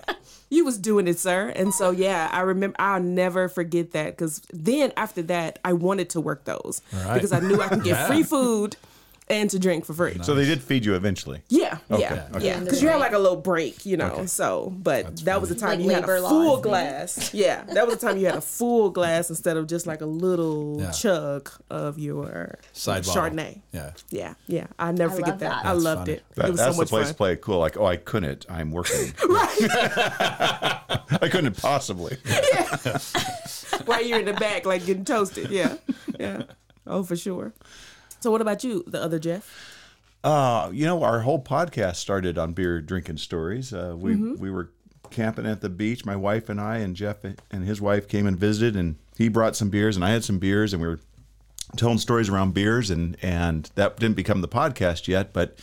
Speaker 4: you was doing it, sir. And so yeah, I remember I'll never forget that because then after that, I wanted to work those
Speaker 6: right.
Speaker 4: because I knew I could get
Speaker 6: Yeah.
Speaker 4: free food and to drink for free.
Speaker 3: So they did feed you eventually.
Speaker 4: yeah, yeah,
Speaker 3: okay.
Speaker 4: yeah. Because you had like a little break, you know. So, but that was the time
Speaker 5: Like
Speaker 4: you had a
Speaker 5: labor laws,
Speaker 4: full
Speaker 5: man.
Speaker 4: glass. Yeah, that was the time you had a full glass instead of just like a little
Speaker 6: Yeah.
Speaker 4: chug of your
Speaker 6: Side bottle.
Speaker 4: Chardonnay.
Speaker 6: Yeah.
Speaker 4: Yeah, yeah. I never
Speaker 5: I
Speaker 4: forget
Speaker 5: love
Speaker 4: that.
Speaker 5: that.
Speaker 4: I
Speaker 5: That's
Speaker 4: loved
Speaker 6: funny.
Speaker 4: it. it
Speaker 3: That,
Speaker 4: was
Speaker 3: that's
Speaker 4: so much
Speaker 3: the place
Speaker 4: fun.
Speaker 3: to play it cool. Like, oh, I couldn't. I'm working. I couldn't possibly.
Speaker 4: while you're in the back, like getting toasted. Yeah, yeah. Oh, for sure. So, what about you, the other Jeff?
Speaker 3: Uh, you know, our whole podcast started on beer drinking stories. Uh, we
Speaker 4: Mm-hmm.
Speaker 3: we were camping at the beach. My wife and I and Jeff and his wife came and visited, and he brought some beers, and I had some beers, and we were telling stories around beers, and and that didn't become the podcast yet, but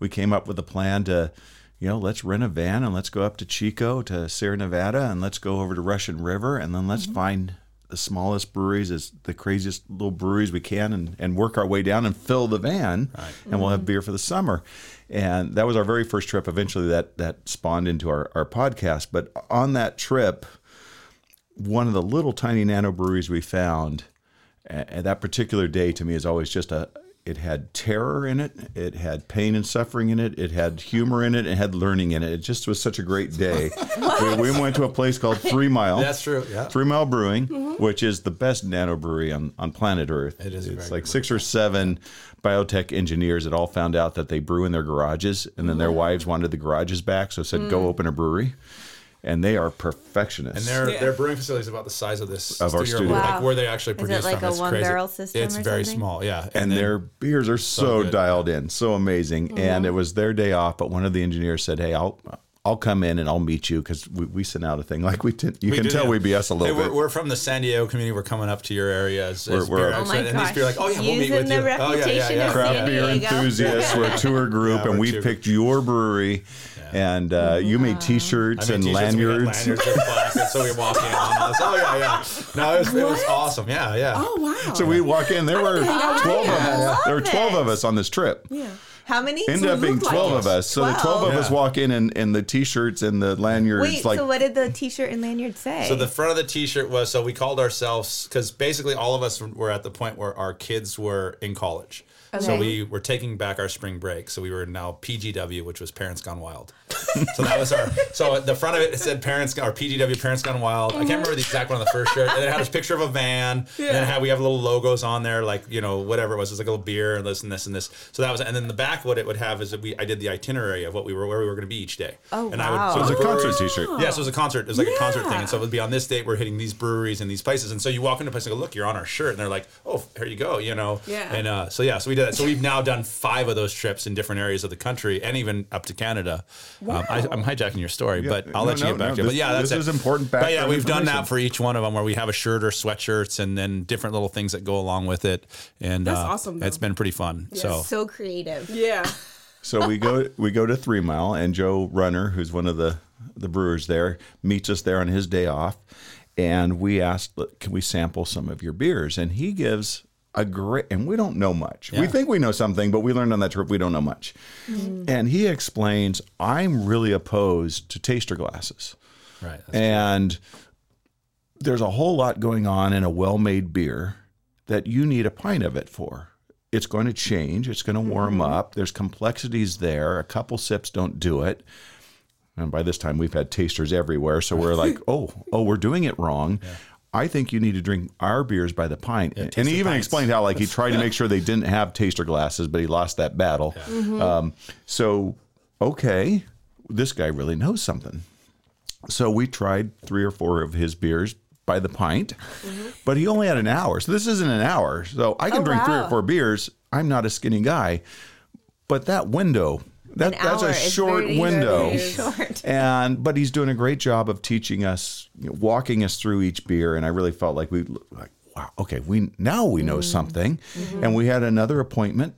Speaker 3: we came up with a plan to. You know, let's rent a van and let's go up to Chico to Sierra Nevada and let's go over to Russian River and then let's find the smallest breweries, as the craziest little breweries we can, and, and work our way down and fill the van, and we'll have beer for the summer. And that was our very first trip. Eventually, that that spawned into our our podcast. But on that trip, one of the little tiny nano breweries we found a- and that particular day to me is always just a it had terror in it it had pain and suffering in it it had humor in it it had learning in it it just was such a great day we, we went to a place called three mile
Speaker 6: That's true, yeah. Mm-hmm.
Speaker 3: three mile brewing which is the best nano brewery on, on planet earth
Speaker 6: It is a
Speaker 3: it's
Speaker 6: very
Speaker 3: like six or seven biotech engineers that all found out that they brew in their garages and then
Speaker 6: Mm-hmm.
Speaker 3: their wives wanted the garages back so said go open a brewery and they are perfectionists
Speaker 6: Mm. And their
Speaker 4: Yeah.
Speaker 6: their brewing facility is about the size of this
Speaker 3: Of our studio.
Speaker 6: like
Speaker 5: Wow.
Speaker 6: where they actually
Speaker 5: it
Speaker 6: produce
Speaker 5: like
Speaker 6: from.
Speaker 5: a
Speaker 6: It's
Speaker 5: one
Speaker 6: crazy.
Speaker 5: barrel system
Speaker 6: It's
Speaker 5: or
Speaker 6: very
Speaker 5: something?
Speaker 6: small, yeah.
Speaker 3: and
Speaker 6: then-
Speaker 3: their beers are so,
Speaker 6: good.
Speaker 3: dialed in, so amazing. And it was their day off, but one of the engineers said, "Hey, I'll." I'll come in and I'll meet you because we, we sent out a thing like we did. You can
Speaker 6: did,
Speaker 3: tell
Speaker 6: yeah.
Speaker 3: we BS a
Speaker 6: Hey,
Speaker 3: little
Speaker 6: we're,
Speaker 3: bit.
Speaker 6: we're from the San Diego community. We're coming up to your area. As, as
Speaker 3: We're- we're-
Speaker 6: beer
Speaker 3: Oh
Speaker 5: my
Speaker 6: experts, and these
Speaker 5: gosh.
Speaker 6: people are like, oh yeah, we'll meet
Speaker 5: Using
Speaker 6: with you.
Speaker 5: the
Speaker 6: Oh yeah, yeah,
Speaker 5: reputation
Speaker 6: yeah.
Speaker 5: of
Speaker 3: Craft
Speaker 5: San
Speaker 3: beer
Speaker 5: Diego.
Speaker 3: enthusiasts. We're a tour group,
Speaker 6: Yeah,
Speaker 3: and
Speaker 6: we're
Speaker 3: we
Speaker 6: a tour
Speaker 3: picked your brewery, and uh, you made
Speaker 6: I
Speaker 3: T-shirts
Speaker 6: mean,
Speaker 3: and
Speaker 6: t-shirts, we got
Speaker 3: lanyards.
Speaker 6: lanyards with plaques, so we walk in on us. Oh yeah, yeah. No, it was, it was awesome. Yeah, yeah.
Speaker 4: Oh wow.
Speaker 3: So we walk in. There were twelve of
Speaker 5: I
Speaker 3: us. There were
Speaker 5: love
Speaker 3: twelve of
Speaker 5: it.
Speaker 3: us on this trip.
Speaker 4: yeah.
Speaker 5: How many?
Speaker 3: Ended
Speaker 5: So
Speaker 3: up
Speaker 5: it
Speaker 3: being
Speaker 5: looked like
Speaker 3: 12
Speaker 5: it.
Speaker 3: of us. So the 12 of us
Speaker 6: Yeah.
Speaker 3: walk in and, and the t shirts and the lanyards.
Speaker 5: Wait,
Speaker 3: like,
Speaker 5: so what did the T-shirt and lanyard say?
Speaker 6: So the front of the T-shirt was so we called ourselves because basically all of us were at the point where our kids were in college. So
Speaker 5: Okay.
Speaker 6: we were taking back our spring break. So we were now PGW, which was Parents Gone Wild. so that was our. So at the front of it, it said Parents or PGW, Parents Gone Wild.
Speaker 5: Mm-hmm.
Speaker 6: I can't remember the exact one on the first shirt. And it had this picture of a van. And then it had, we have little logos on there, like you know whatever it was. It was like a little beer and this and this and this. So that was. And then the back, what it would have is that we I did the itinerary of what we were where we were going to be each day.
Speaker 5: Oh,
Speaker 6: and
Speaker 5: wow.
Speaker 3: it was a
Speaker 6: breweries-
Speaker 3: concert t
Speaker 5: Oh.
Speaker 3: shirt.
Speaker 6: Yes, it was a concert. It was like a concert thing.
Speaker 4: Yeah.
Speaker 6: And so it would be on this date, we're hitting these breweries and these places. And so you walk into a place and go, look, you're on our shirt. And they're like, oh, here you go, you know?
Speaker 4: Yeah.
Speaker 6: And uh, so, yeah, so we did that. So we've now done five of those trips in different areas of the country and even up to Canada. Um, I, I'm hijacking your story, but I'll
Speaker 3: no,
Speaker 6: let you
Speaker 3: no,
Speaker 6: get back
Speaker 3: no,
Speaker 6: to it. But
Speaker 3: this-
Speaker 6: yeah, that's
Speaker 3: this
Speaker 6: it.
Speaker 3: is important
Speaker 6: But yeah,
Speaker 3: background
Speaker 6: we've done
Speaker 3: information.
Speaker 6: that for each one of them where we have a shirt or sweatshirts and then different little things that go along with it. And
Speaker 4: That's
Speaker 6: uh,
Speaker 4: awesome, though.
Speaker 6: It's been pretty fun. So.
Speaker 5: so creative.
Speaker 4: Yeah.
Speaker 3: So we go we go to Three Mile, and Joe Runner, who's one of the the brewers there, meets us there on his day off, and we asked, "Look, "Can we sample some of your beers?" And he gives a great, and we don't know much. We
Speaker 6: Yeah.
Speaker 3: think we know something, but we learned on that trip we don't know much. And he explains, "I'm really opposed to taster glasses."
Speaker 6: Right.
Speaker 3: and there's a whole lot going on in a well-made beer that you need a pint of it for. It's going to change. It's going to warm up. There's complexities there. A couple sips don't do it. And by this time, we've had tasters everywhere, so we're like, oh, oh, we're doing it wrong. I think you need to drink our beers by the pint. and he even explained how, like, he tried to make sure they didn't have taster glasses, but he lost that battle. Um, so, okay, this guy really knows something. So we tried three or four of his beers by the pint, but he only had an hour. So this isn't an hour. So I can
Speaker 5: Mm-hmm. Oh,
Speaker 3: drink three or
Speaker 5: wow.
Speaker 3: four beers. I'm not a skinny guy, but that window. That,
Speaker 5: An
Speaker 3: that's
Speaker 5: hour
Speaker 3: a
Speaker 5: is
Speaker 3: short
Speaker 5: very,
Speaker 3: window
Speaker 5: very short.
Speaker 3: and but he's doing a great job of teaching us you know, walking us through each beer and i really felt like we like wow okay we now we know something and we had another appointment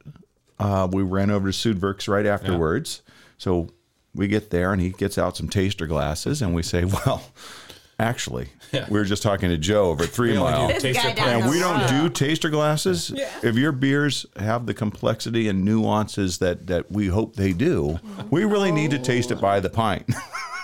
Speaker 3: uh, we ran over to sudverk's right afterwards so we get there and he gets out some taster glasses and we say well actually we were just talking to joe over at three mile
Speaker 5: This guy down
Speaker 3: and
Speaker 5: the
Speaker 3: we don't
Speaker 5: road.
Speaker 3: do taster glasses. If your beers have the complexity and nuances that that we hope they do, we really need to taste it by the pint.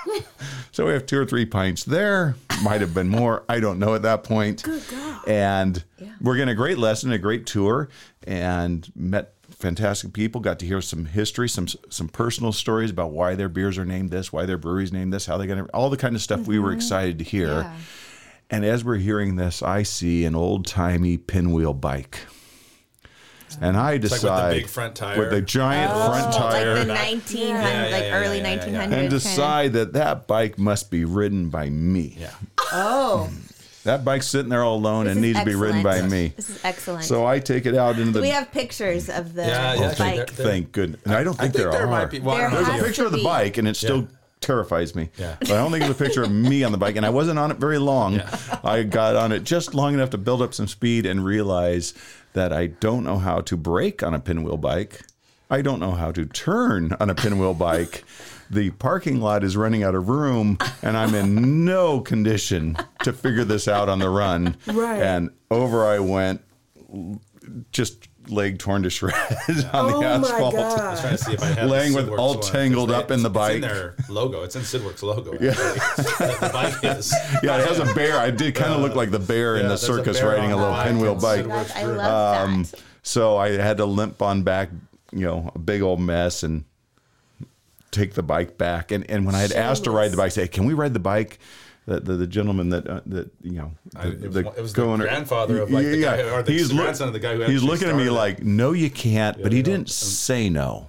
Speaker 3: so we have two or three pints there. Might have been more. I don't know at that point. Good God. And we're getting a great lesson, a great tour, and met fantastic people. Got to hear some history, some some personal stories about why their beers are named this, why their breweries named this, how they got it- all the kind of stuff we were excited to hear. And as we're hearing this, I see an old timey pinwheel bike. And I
Speaker 6: like with the
Speaker 3: decide
Speaker 6: big front tire.
Speaker 3: with the giant front tire,
Speaker 5: Oh, Like the 1900,
Speaker 6: Yeah, yeah,
Speaker 5: like
Speaker 6: yeah,
Speaker 5: early
Speaker 6: yeah, yeah, yeah.
Speaker 5: 1900s.
Speaker 3: and
Speaker 5: kind of-
Speaker 3: decide that that bike must be ridden by me.
Speaker 6: yeah.
Speaker 5: Oh,
Speaker 3: That bike's sitting there all alone and
Speaker 5: this
Speaker 3: needs
Speaker 5: is
Speaker 3: to be ridden by
Speaker 5: excellent.
Speaker 3: me.
Speaker 5: This is excellent.
Speaker 3: So I take it out into the.
Speaker 5: we have pictures of the
Speaker 6: Yeah, yeah,
Speaker 5: bike.
Speaker 6: actually, there- there-
Speaker 3: thank goodness. And I don't think, there, are.
Speaker 6: might be. Well, I
Speaker 5: There
Speaker 6: don't know.
Speaker 5: has
Speaker 3: There's a picture of
Speaker 5: to
Speaker 3: the
Speaker 5: be.
Speaker 3: bike, and it still
Speaker 6: Yeah.
Speaker 3: terrifies me.
Speaker 6: Yeah.
Speaker 3: But I only get a picture of me on the bike, and I wasn't on it very long. I got on it just long enough to build up some speed and realize that I don't know how to brake on a pinwheel bike. I don't know how to turn on a pinwheel bike. The parking lot is running out of room, and I'm in no condition to figure this out on the run.
Speaker 4: Right.
Speaker 3: And over I went, just leg torn to shreds on
Speaker 4: oh
Speaker 3: the asphalt
Speaker 4: my
Speaker 6: I was
Speaker 4: God.
Speaker 6: trying to see if I had
Speaker 3: Laying
Speaker 6: the
Speaker 3: with
Speaker 6: Sidworks
Speaker 3: all
Speaker 6: one.
Speaker 3: tangled
Speaker 6: It's-
Speaker 3: up in the bike.
Speaker 6: It's in their logo. It's in Sidworks logo. Yeah. the bike is.
Speaker 3: Yeah, it has a bear. I did kind of look like the bear in
Speaker 6: Yeah,
Speaker 3: the
Speaker 6: there's a
Speaker 3: circus
Speaker 6: bear
Speaker 3: riding
Speaker 6: on
Speaker 3: a
Speaker 6: the
Speaker 3: little
Speaker 6: bike.
Speaker 3: pinwheel bike. Um,
Speaker 6: It
Speaker 5: God,
Speaker 6: works
Speaker 5: I
Speaker 6: through.
Speaker 5: love that.
Speaker 3: So I had to limp on back, you know, a big old mess and take the bike back. And and when I had asked to ride the bike, I say, "Can we ride the bike?" The, the, the gentleman that uh, that you know the,
Speaker 6: I- it was one- it was the grandfather of, like, the guy- or the grandson of the guy who
Speaker 3: he's
Speaker 6: actually
Speaker 3: looking at me
Speaker 6: started Um, it.
Speaker 3: like no you can't but
Speaker 6: they
Speaker 3: he
Speaker 6: don't-
Speaker 3: didn't say no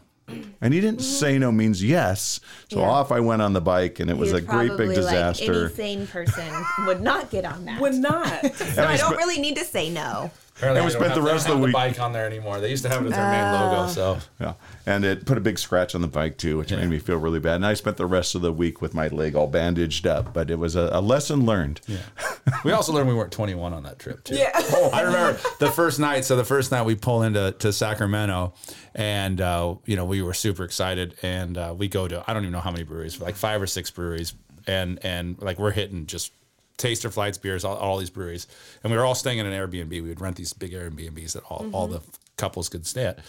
Speaker 3: and he didn't say no means yes so
Speaker 5: Yeah.
Speaker 3: off I went on the bike and it was
Speaker 5: You're
Speaker 3: a great big
Speaker 5: probably Like
Speaker 3: disaster
Speaker 5: any sane person would not get on that.
Speaker 4: Would not.
Speaker 5: so I don't
Speaker 3: spe-
Speaker 5: really need to say no.
Speaker 6: Apparently,
Speaker 3: And we
Speaker 6: they
Speaker 3: spent
Speaker 6: don't have-
Speaker 3: the
Speaker 6: they
Speaker 3: rest
Speaker 6: don't
Speaker 3: of the
Speaker 6: have
Speaker 3: week-
Speaker 6: bike on there anymore. They used to have it as their main logo. So
Speaker 3: Yeah. And it put a big scratch on the bike too, which made me feel really bad. And I spent the rest of the week with my leg all bandaged up, but it was a, a lesson learned.
Speaker 6: we also learned we weren't 21 on that trip too.
Speaker 4: Yeah.
Speaker 6: Oh, I remember the first night. So the first night we pull into to Sacramento, and uh, you know we were super excited, and uh, we go to I don't even know how many breweries, but like five or six breweries, and and like we're hitting just taster flights, beers, all, all these breweries, and we were all staying in an Airbnb. We would rent these big Airbnbs that all all the couples could stay at,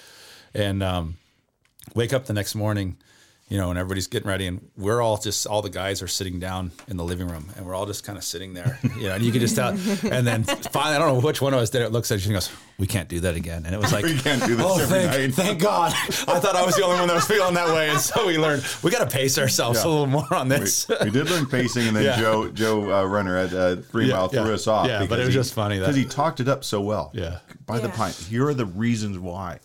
Speaker 6: and um, wake up the next morning, you know, and everybody's getting ready, and we're all just all the guys are sitting down in the living room, and we're all just kind of sitting there, you know, and you can just tell. And then finally, I don't know which one of us did it. Looks at you and goes, "We can't do that again." And it was like,
Speaker 3: We can't do this
Speaker 6: "Oh,
Speaker 3: every
Speaker 6: thank,
Speaker 3: night."
Speaker 6: thank God!" I thought I was the only one that was feeling that way, and so we learned we got to pace ourselves a
Speaker 3: Yeah.
Speaker 6: little more on
Speaker 3: We,
Speaker 6: this.
Speaker 3: we did learn pacing, and then
Speaker 6: Yeah.
Speaker 3: Joe Joe uh, Runner at uh, Three
Speaker 6: Yeah,
Speaker 3: Mile
Speaker 6: yeah.
Speaker 3: threw us off.
Speaker 6: Yeah, but
Speaker 3: because
Speaker 6: it was
Speaker 3: he-
Speaker 6: just funny that-
Speaker 3: because he talked it up so well.
Speaker 6: Yeah.
Speaker 3: by the
Speaker 4: Yeah.
Speaker 3: pint. Here are the reasons why.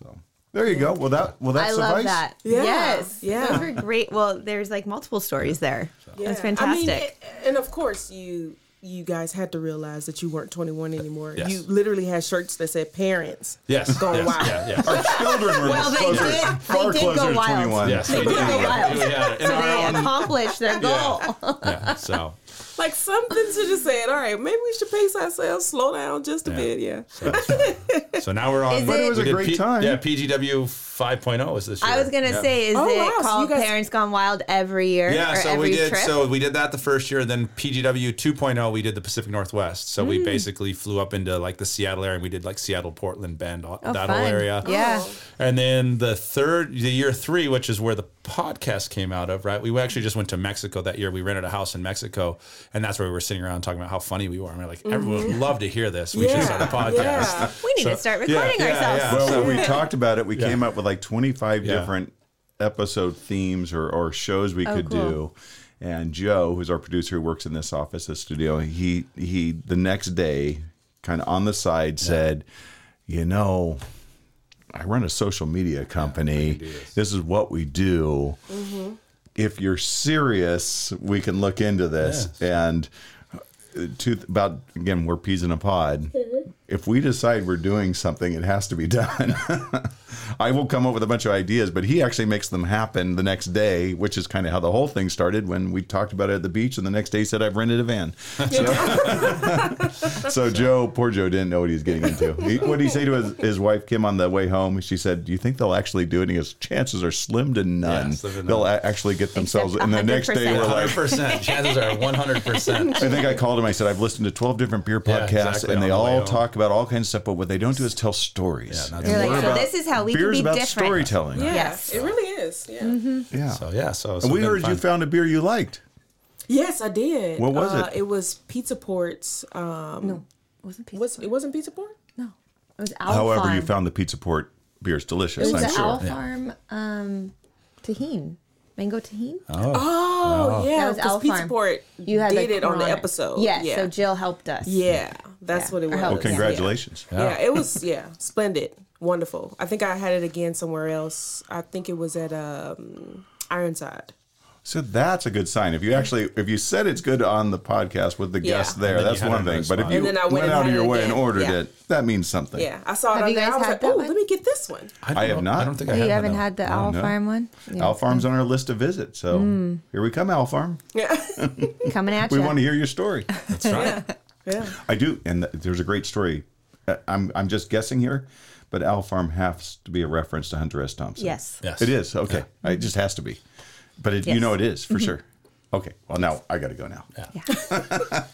Speaker 3: So there you go. Well, that well that
Speaker 5: I
Speaker 3: suffice.
Speaker 5: love that.
Speaker 4: Yeah.
Speaker 5: Yes.
Speaker 4: Yeah.
Speaker 5: Those are great. Well, there's like multiple stories there. That's
Speaker 4: Yeah.
Speaker 5: fantastic.
Speaker 4: I mean, it- and of course, you you guys had to realize that you weren't 21 anymore.
Speaker 6: Yes.
Speaker 4: You literally had shirts that said parents.
Speaker 6: yes,
Speaker 4: Going
Speaker 6: yes,
Speaker 4: wild.
Speaker 6: yeah, yeah.
Speaker 3: Our children were
Speaker 5: Well, they
Speaker 3: closer,
Speaker 5: did- they
Speaker 3: far
Speaker 5: did
Speaker 3: closer
Speaker 5: go
Speaker 3: to
Speaker 5: wild.
Speaker 3: 21.
Speaker 6: Yes,
Speaker 5: They
Speaker 6: we
Speaker 5: did go
Speaker 6: we
Speaker 5: wild.
Speaker 6: had it in
Speaker 5: so
Speaker 6: our
Speaker 5: they
Speaker 6: own-
Speaker 5: accomplished their goal.
Speaker 6: Yeah. yeah, so
Speaker 4: Like something should have said, all right, maybe we should pace ourselves, slow down just a
Speaker 6: Yeah.
Speaker 4: bit. Yeah.
Speaker 6: So, so now we're on.
Speaker 5: Is But it- it was
Speaker 6: we
Speaker 3: a
Speaker 6: did
Speaker 3: great time.
Speaker 6: Yeah, PGW 5.0 is oh this year.
Speaker 5: I was gonna
Speaker 6: Yeah.
Speaker 5: say, is
Speaker 4: Oh,
Speaker 5: it
Speaker 4: wow, so you
Speaker 5: called
Speaker 4: guys-
Speaker 5: Parents Gone Wild every year
Speaker 6: Yeah,
Speaker 5: or
Speaker 6: so
Speaker 5: every
Speaker 6: we did.
Speaker 5: trip?
Speaker 6: So we did that the first year. Then PGW 2.0, oh, we did the Pacific Northwest. So
Speaker 5: Hmm.
Speaker 6: we basically flew up into like the Seattle area, and we did like Seattle, Portland, Bend, all- that whole
Speaker 5: Oh, fun.
Speaker 6: area.
Speaker 5: Yeah.
Speaker 6: And then the third, the year three, which is where the podcast came out of, right? We actually just went to Mexico that year. We rented a house in Mexico, and that's where we were sitting around talking about how funny we were. And we are like, everyone
Speaker 5: Mm-hmm.
Speaker 6: would love to hear this. We should
Speaker 4: Yeah,
Speaker 6: start a podcast.
Speaker 4: yeah.
Speaker 5: we need to
Speaker 6: so-
Speaker 5: start
Speaker 6: yeah,
Speaker 5: recording
Speaker 6: yeah,
Speaker 5: ourselves.
Speaker 6: yeah.
Speaker 3: Well, when we talked about it, we
Speaker 6: Yeah.
Speaker 3: came up with like 25
Speaker 6: Yeah.
Speaker 3: different episode themes or, or shows we could
Speaker 5: cool.
Speaker 3: do. And Joe, who's our producer who works in this office, this studio, he he the next day, kind of on the side, said, "You know, I run a social media company. this. is what we do. If you're serious, we can look into this." And uh, to about again, we're peas in a pod. If we decide we're doing something, it has to be done. I will come up with a bunch of ideas, but he actually makes them happen the next day, which is kind of how the whole thing started when we talked about it at the beach. And the next day, he said, "I've rented a van." So, so Joe, poor Joe, didn't know what he was getting into. He, what did he say to his, his wife Kim on the way home? She said, "Do you think they'll actually do it?" And he goes, "Chances are slim to none.
Speaker 6: slim to none.
Speaker 3: they'll a- actually get themselves." And the next day, we're
Speaker 5: 100%.
Speaker 3: like.
Speaker 6: 100%. Chances are 100%.
Speaker 3: I think I called him. I said, I've listened to 12 different beer podcasts,
Speaker 6: exactly,
Speaker 3: and
Speaker 6: on
Speaker 3: they
Speaker 6: the way
Speaker 3: all
Speaker 6: home.
Speaker 3: talk about all kinds of stuff, but what they don't do is tell stories.
Speaker 6: Yeah, not
Speaker 3: And
Speaker 5: You're
Speaker 6: We're
Speaker 5: like, so
Speaker 3: about-
Speaker 5: this is how we can
Speaker 3: beer's
Speaker 5: be
Speaker 3: about
Speaker 5: different.
Speaker 3: storytelling.
Speaker 4: Yeah,
Speaker 5: Yes. Mm-hmm.
Speaker 4: It really is. Yeah.
Speaker 3: Yeah.
Speaker 6: So yeah,
Speaker 3: and
Speaker 6: so
Speaker 3: we
Speaker 6: something
Speaker 3: heard
Speaker 6: fun.
Speaker 3: you found a beer you liked.
Speaker 4: Yes, I did.
Speaker 3: What was
Speaker 4: uh,
Speaker 3: it?
Speaker 4: It was Pizza Port's. Um,
Speaker 5: No, it wasn't pizza.
Speaker 4: was, it wasn't Pizza Port?
Speaker 5: no, it was
Speaker 4: Oh,
Speaker 5: Owl
Speaker 3: However,
Speaker 5: Farm.
Speaker 3: you found the Pizza Port beer is delicious,
Speaker 5: it was
Speaker 3: I'm
Speaker 5: the
Speaker 3: sure.
Speaker 5: Owl Farm um, tahine, mango tahine.
Speaker 4: Oh,
Speaker 5: That
Speaker 4: yeah.
Speaker 5: was
Speaker 4: Because
Speaker 5: Owl
Speaker 4: Pizza
Speaker 5: Farm.
Speaker 4: Port
Speaker 5: you had
Speaker 4: did
Speaker 5: the
Speaker 4: it on the
Speaker 5: corona.
Speaker 4: episode.
Speaker 5: Yes.
Speaker 4: Yeah.
Speaker 5: So Jill helped us.
Speaker 4: yeah. That's
Speaker 5: Yeah.
Speaker 4: what it
Speaker 5: Or
Speaker 4: was.
Speaker 5: help
Speaker 3: Well,
Speaker 5: us. Yeah.
Speaker 3: congratulations.
Speaker 4: Yeah. it was yeah, splendid, wonderful. I think I had it again somewhere else. I think it was at um, Ironside.
Speaker 3: So that's a good sign. If you actually, if you said it's good on the podcast with the
Speaker 4: Yeah.
Speaker 3: guests
Speaker 6: And
Speaker 3: there,
Speaker 6: then you
Speaker 3: that's
Speaker 6: had it
Speaker 3: one
Speaker 6: on the
Speaker 3: thing. But if
Speaker 6: spot.
Speaker 3: you
Speaker 4: And then I went
Speaker 3: went
Speaker 4: and
Speaker 3: out of
Speaker 4: had
Speaker 3: your
Speaker 4: it
Speaker 3: way and
Speaker 4: again.
Speaker 3: ordered
Speaker 4: Yeah.
Speaker 3: it, that means something.
Speaker 4: Yeah, I saw it
Speaker 5: Have
Speaker 4: on
Speaker 5: you
Speaker 4: there.
Speaker 5: guys
Speaker 4: I was
Speaker 5: had
Speaker 4: like,
Speaker 5: that
Speaker 4: oh,
Speaker 5: one?"
Speaker 4: let me get this one.
Speaker 6: I, don't
Speaker 3: I have
Speaker 6: know.
Speaker 3: not.
Speaker 6: I don't think I
Speaker 5: You
Speaker 6: have
Speaker 5: haven't
Speaker 6: no.
Speaker 5: had the Owl
Speaker 3: no.
Speaker 5: Farm one. Yeah,
Speaker 3: Owl
Speaker 5: it's
Speaker 3: Farm's on our list to visit. So
Speaker 4: Mm.
Speaker 3: here we come, Owl Farm.
Speaker 5: coming at
Speaker 3: We
Speaker 5: you.
Speaker 3: want to hear your story.
Speaker 6: That's right.
Speaker 4: Yeah,
Speaker 3: I do, and th- there's a great story. Uh, I'm I'm just guessing here, but Owl Farm has to be a reference to Hunter S. Thompson.
Speaker 5: Yes.
Speaker 6: Yes.
Speaker 3: it is. Okay, it just has to be. But it, you
Speaker 5: Yes. Mm-hmm.
Speaker 3: know it is for sure. Okay, well now I got to go now.
Speaker 6: Yeah.